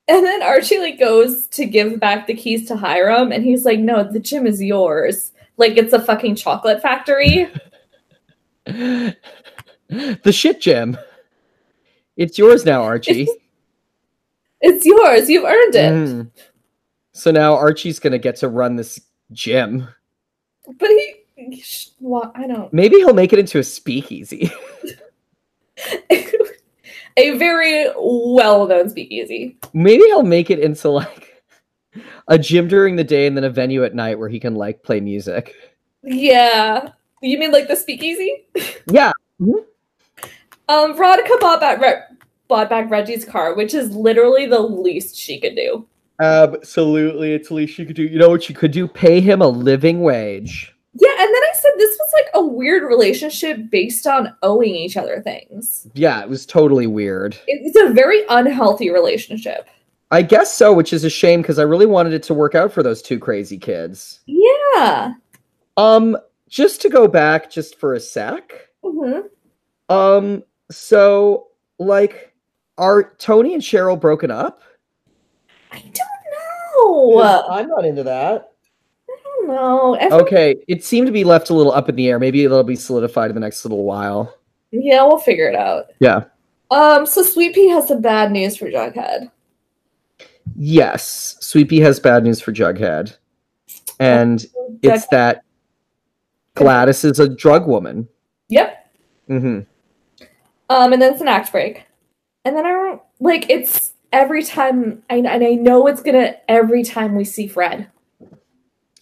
Speaker 1: and then Archie like goes to give back the keys to Hiram, and he's like, no, the gym is yours. Like it's a fucking chocolate factory.
Speaker 2: the shit gym. It's yours now, Archie.
Speaker 1: It's yours. You've earned it.
Speaker 2: Mm. So now Archie's gonna get to run this gym.
Speaker 1: But he, he sh- well, I don't.
Speaker 2: Maybe he'll make it into a speakeasy.
Speaker 1: a very well-known speakeasy.
Speaker 2: Maybe he'll make it into like a gym during the day and then a venue at night where he can like play music.
Speaker 1: Yeah. You mean like the speakeasy?
Speaker 2: Yeah,
Speaker 1: Um, Veronica bought back, Re- bought back Reggie's car, which is literally the least she could do.
Speaker 2: absolutely. It's least she could do. You know what she could do? Pay him a living wage.
Speaker 1: Yeah, and then I said this was like a weird relationship based on owing each other things.
Speaker 2: Yeah, it was totally weird.
Speaker 1: It's a very unhealthy relationship.
Speaker 2: I guess so, which is a shame because I really wanted it to work out for those two crazy kids.
Speaker 1: Yeah.
Speaker 2: Um, just to go back just for a sec.
Speaker 1: hmm
Speaker 2: Um, so like are Tony and Cheryl broken up?
Speaker 1: I don't know.
Speaker 2: 'Cause
Speaker 1: I
Speaker 2: I'm not into that.
Speaker 1: don't know. Every-
Speaker 2: Okay, it seemed to be left a little up in the air. Maybe it'll be solidified in the next little while.
Speaker 1: Yeah, we'll figure it out.
Speaker 2: Yeah.
Speaker 1: Um. So Sweet Pea has some bad news for Jughead.
Speaker 2: Yes, Sweet Pea has bad news for Jughead. And it's that Gladys is a drug woman.
Speaker 1: Yep.
Speaker 2: hmm
Speaker 1: Um. And then it's an act break, and then I don't like it's every time. I and I know it's gonna every time we see Fred.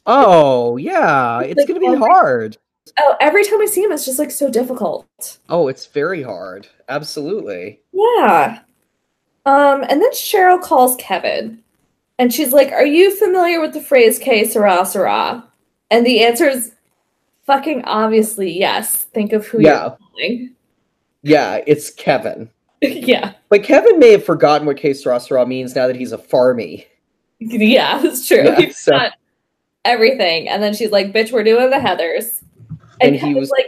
Speaker 2: Oh, yeah, it's
Speaker 1: like
Speaker 2: gonna be
Speaker 1: every-
Speaker 2: hard.
Speaker 1: Oh, every time I see him, it's just like so difficult.
Speaker 2: Oh, it's very hard. Absolutely.
Speaker 1: Yeah. Um, and then Cheryl calls Kevin and she's like, Are you familiar with the phrase K Sarah Sarah? And the answer is fucking obviously yes. Think of who
Speaker 2: Yeah.
Speaker 1: you're calling.
Speaker 2: Yeah, it's Kevin.
Speaker 1: yeah.
Speaker 2: But Kevin may have forgotten what Case Rossera means now that he's a farmy.
Speaker 1: Yeah, that's true.
Speaker 2: Yeah,
Speaker 1: He's
Speaker 2: so-
Speaker 1: got everything. And then she's like, Bitch, we're doing the Heathers. And,
Speaker 2: And he
Speaker 1: he was
Speaker 2: was-
Speaker 1: like,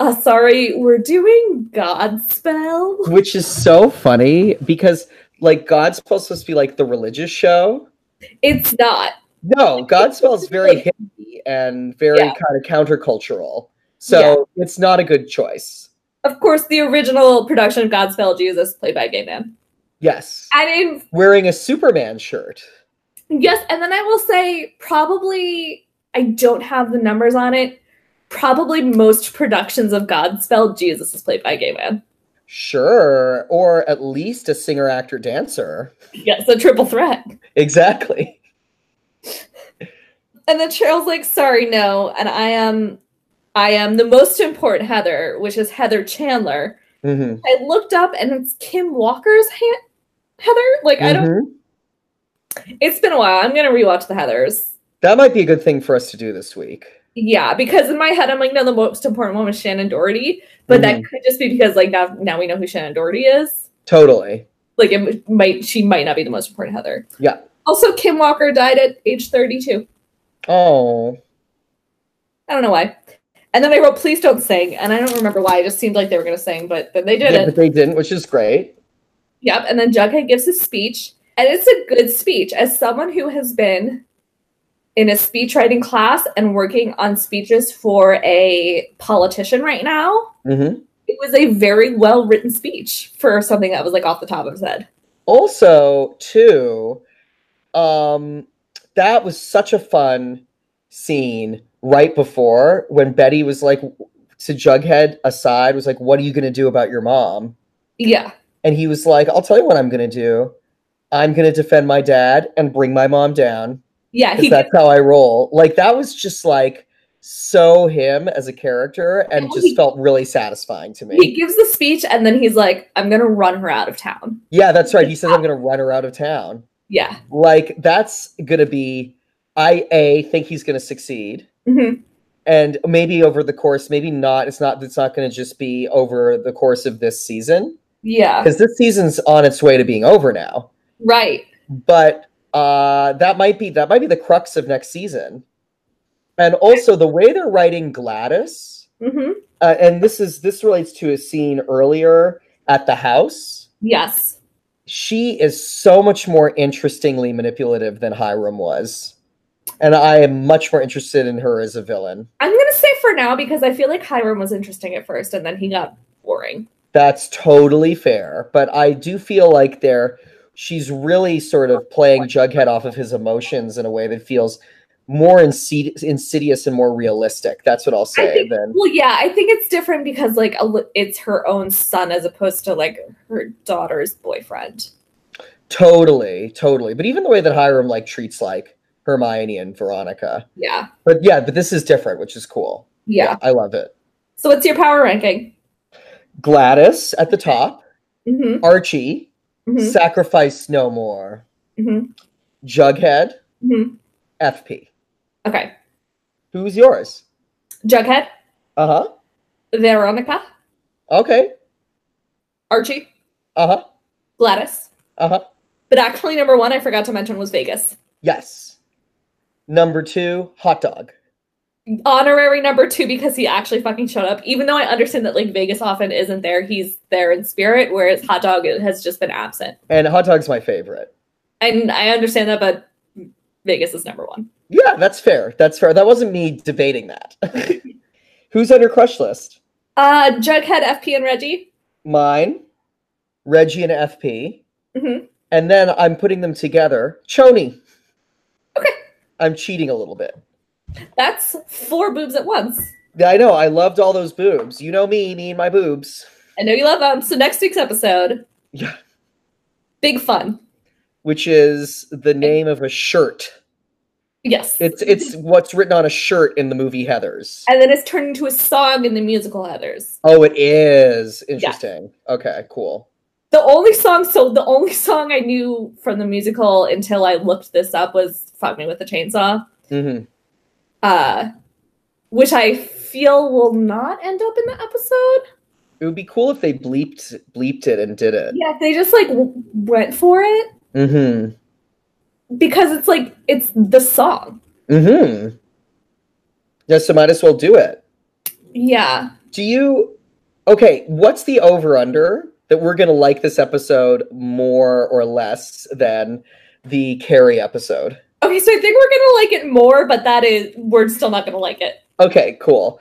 Speaker 1: uh, sorry, we're doing Godspell.
Speaker 2: Which is so funny because like Godspell's supposed to be like the religious show.
Speaker 1: It's not.
Speaker 2: No, Godspell's very hippie and very
Speaker 1: Yeah.
Speaker 2: kind of countercultural. So it's not a good choice.
Speaker 1: Of course, the original production of Godspell Jesus, played by Gay Man.
Speaker 2: Yes.
Speaker 1: And in
Speaker 2: Wearing a Superman shirt.
Speaker 1: Yes, and then I will say probably I don't have the numbers on it. Probably most productions of Godspell Jesus is played by a gay man.
Speaker 2: Sure. Or at least a singer, actor, dancer.
Speaker 1: Yes, a triple threat.
Speaker 2: Exactly.
Speaker 1: And then Cheryl's like, "Sorry, no." And I am I am the most important Heather, which is Heather Chandler.
Speaker 2: hmm
Speaker 1: I looked up and it's Kim Walker's ha- Heather. Like I don't
Speaker 2: mm-hmm.
Speaker 1: it's been a while. I'm going to rewatch the Heathers.
Speaker 2: That might be a good thing for us to do this week.
Speaker 1: Yeah, because in my head I'm like, "No, the most important one was Shannon Doherty." But that could just be because like now now we know who Shannon Doherty is.
Speaker 2: Totally.
Speaker 1: like it might she might not be the most important Heather.
Speaker 2: Yeah.
Speaker 1: Also, Kim Walker died at age 32.
Speaker 2: Oh.
Speaker 1: I don't know why. And then I wrote, "Please don't sing," and I don't remember why. It just seemed like they were going to sing, but then they did
Speaker 2: Yeah,
Speaker 1: it.
Speaker 2: but they didn't, which is great.
Speaker 1: Yep. And then Jughead gives his speech, and it's a good speech. As someone who has been in a speech writing class and working on speeches for a politician right now,
Speaker 2: hmm
Speaker 1: it was a very well written speech for something that was like off the top of his head.
Speaker 2: Also, too, um, that was such a fun scene right before when Betty was like to Jughead aside, was like, What are you going to do about your mom?
Speaker 1: Yeah.
Speaker 2: And he was like, I'll tell you what I'm going to do. I'm going to defend my dad and bring my mom down.
Speaker 1: Yeah.
Speaker 2: 'cause that's how I roll. Like, that was just like so him as a character and
Speaker 1: Yeah, he-
Speaker 2: just felt really satisfying to me.
Speaker 1: He gives the speech and then he's like, I'm gonna run her out of town.
Speaker 2: Yeah, that's right. He says I'm gonna run her out of town.
Speaker 1: Yeah.
Speaker 2: Like that's gonna be I A think he's gonna succeed.
Speaker 1: Mhm.
Speaker 2: And maybe over the course, maybe not. It's not it's not gonna just be over the course of this season.
Speaker 1: Yeah.
Speaker 2: Because this season's on its way to being over now.
Speaker 1: Right.
Speaker 2: But uh that might be that might be the crux of next season. And also the way they're writing Gladys,
Speaker 1: hmm
Speaker 2: uh, and this is this relates to a scene earlier at the house.
Speaker 1: Yes.
Speaker 2: she is so much more interestingly manipulative than Hiram was. And I am much more interested in her as a villain.
Speaker 1: I'm gonna say for now because I feel like Hiram was interesting at first and then he got boring.
Speaker 2: That's totally fair, but I do feel like there she's really sort of playing Jughead off of his emotions in a way that feels more insidi- insidious and more realistic. That's what I'll say.
Speaker 1: think-
Speaker 2: then
Speaker 1: Well, yeah, I think it's different because like a li- it's her own son as opposed to like her daughter's boyfriend.
Speaker 2: totally, totally. But even the way that Hiram like treats like Hermione and Veronica.
Speaker 1: Yeah.
Speaker 2: But yeah, but this is different, which is cool.
Speaker 1: Yeah.
Speaker 2: I love it.
Speaker 1: So what's your power ranking?
Speaker 2: Gladys at the top.
Speaker 1: hmm
Speaker 2: Archie,
Speaker 1: hmm
Speaker 2: Sacrifice No More,
Speaker 1: hmm
Speaker 2: Jughead,
Speaker 1: hmm
Speaker 2: FP.
Speaker 1: Okay.
Speaker 2: Who's yours?
Speaker 1: Jughead,
Speaker 2: Uh huh.
Speaker 1: Veronica,
Speaker 2: Okay.
Speaker 1: Archie,
Speaker 2: Uh huh.
Speaker 1: Gladys.
Speaker 2: Uh huh.
Speaker 1: But actually, number one I forgot to mention was Vegas.
Speaker 2: Yes. Number two, hot dog.
Speaker 1: honorary number two because he actually fucking showed up. Even though I understand that like Vegas often isn't there, he's there in spirit, whereas Hot Dog has just been absent.
Speaker 2: And hot dog's my favorite.
Speaker 1: And I understand that, but Vegas is number one.
Speaker 2: Yeah, that's fair. That's fair. That wasn't me debating that. Who's on your crush list?
Speaker 1: Uh Jughead, FP, and Reggie.
Speaker 2: Mine, Reggie, and FP.
Speaker 1: Mhm.
Speaker 2: And then I'm putting them together. Choni.
Speaker 1: Okay.
Speaker 2: I'm cheating a little bit.
Speaker 1: That's four boobs at once.
Speaker 2: I know. I loved all those boobs. You know me, me and my boobs.
Speaker 1: I know you love them. So next week's episode,
Speaker 2: Yeah.
Speaker 1: big fun.
Speaker 2: which is the name of a shirt.
Speaker 1: Yes.
Speaker 2: It's it's what's written on a shirt in the movie Heathers.
Speaker 1: and then it's turned into a song in the musical Heathers.
Speaker 2: Oh, it is interesting. Okay, cool.
Speaker 1: The only song, so the only song I knew from the musical until I looked this up was "Fuck Me with a Chainsaw,"
Speaker 2: hmm
Speaker 1: uh, which I feel will not end up in the episode.
Speaker 2: It would be cool if they bleeped bleeped it and did it.
Speaker 1: Yeah, they just like w- went for it
Speaker 2: Mm-hmm.
Speaker 1: because it's like it's the song.
Speaker 2: Mm-hmm. Yeah, so might as well do it.
Speaker 1: Yeah,
Speaker 2: Do you okay, what's the over under that we're gonna like this episode more or less than the Carrie episode?
Speaker 1: Okay, so I think we're gonna like it more, but that is we're still not gonna like it.
Speaker 2: Okay, cool.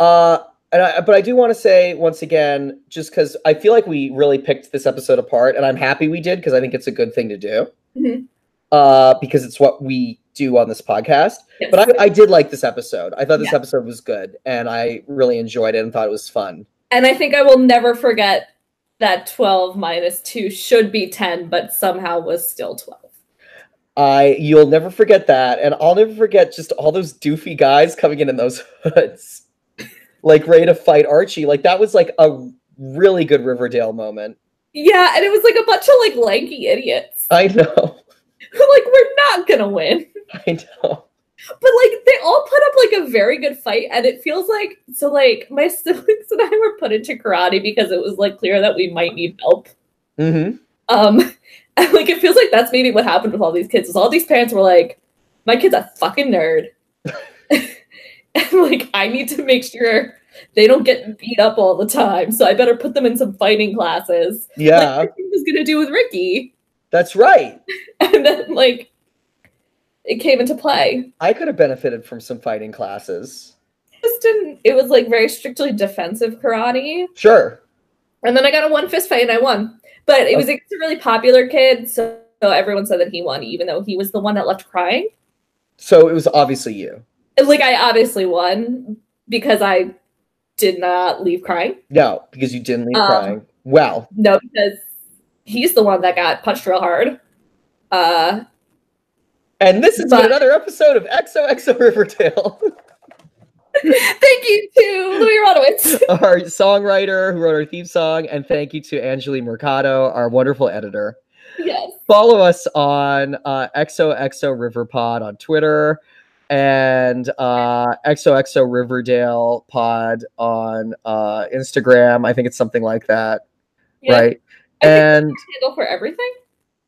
Speaker 2: Uh, and I, but I do want to say once again, just because I feel like we really picked this episode apart, and I'm happy we did because I think it's a good thing to do.
Speaker 1: Mhm.
Speaker 2: Uh, because it's what we do on this podcast.
Speaker 1: Yes.
Speaker 2: But I, I did like this episode. I thought this episode was good, and I really enjoyed it and thought it was fun.
Speaker 1: and I think I will never forget that twelve minus two should be ten, but somehow was still twelve.
Speaker 2: I you'll never forget that, and I'll never forget just all those doofy guys coming in in those hoods, like ready to fight Archie. Like that was like a really good Riverdale moment.
Speaker 1: Yeah, and it was like a bunch of like lanky idiots
Speaker 2: I know.
Speaker 1: who like we're not gonna win,
Speaker 2: I know.
Speaker 1: but like they all put up like a very good fight, and it feels like so like my siblings and I were put into karate because it was like clear that we might need help.
Speaker 2: Mm-hmm.
Speaker 1: Um, and, like it feels like that's maybe what happened with all these kids. Is all these parents were like, "My kid's a fucking nerd," and like I need to make sure they don't get beat up all the time. So I better put them in some fighting classes.
Speaker 2: Yeah,
Speaker 1: like, Ricky was gonna do with Ricky,
Speaker 2: that's right.
Speaker 1: and then like it came into play.
Speaker 2: I could have benefited from some fighting classes.
Speaker 1: It Just didn't. It was like very strictly defensive karate,
Speaker 2: Sure.
Speaker 1: and then I got a one fist fight and I won. But it was against a really popular kid, so so everyone said that he won, even though he was the one that left crying.
Speaker 2: So it was obviously you.
Speaker 1: like I obviously won because I did not leave crying.
Speaker 2: No, because you didn't leave
Speaker 1: Um,
Speaker 2: crying. Wow.
Speaker 1: No, because he's the one that got punched real hard. Uh
Speaker 2: And this has
Speaker 1: but-
Speaker 2: been another episode of XOXO Riverdale.
Speaker 1: thank you to Louis Rodowitz.
Speaker 2: our songwriter who wrote our theme song, and thank you to Angeli Mercado, our wonderful editor.
Speaker 1: yes.
Speaker 2: Follow us on uh, XOXO River Pod on Twitter and uh, XOXO Riverdale Pod on uh, Instagram. I think it's something like that.
Speaker 1: Yeah.
Speaker 2: right?
Speaker 1: I think
Speaker 2: And
Speaker 1: Handle for everything.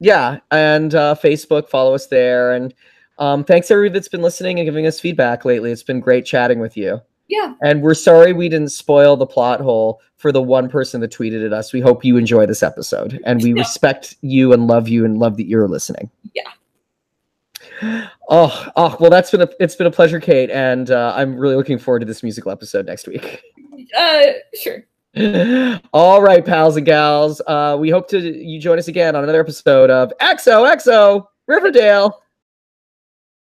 Speaker 2: yeah, and uh, Facebook, follow us there. And um, thanks everybody that's been listening and giving us feedback lately. It's been great chatting with you.
Speaker 1: Yeah.
Speaker 2: And we're sorry we didn't spoil the plot hole for the one person that tweeted at us. We hope you enjoy this episode, and we
Speaker 1: Yeah.
Speaker 2: respect you and love you and love that you're listening.
Speaker 1: Yeah.
Speaker 2: Oh, oh, well, that's been a it's been a pleasure, Kate, and uh, I'm really looking forward to this musical episode next week.
Speaker 1: Uh sure.
Speaker 2: All right, pals and gals. Uh, we hope to you join us again on another episode of XOXO Riverdale.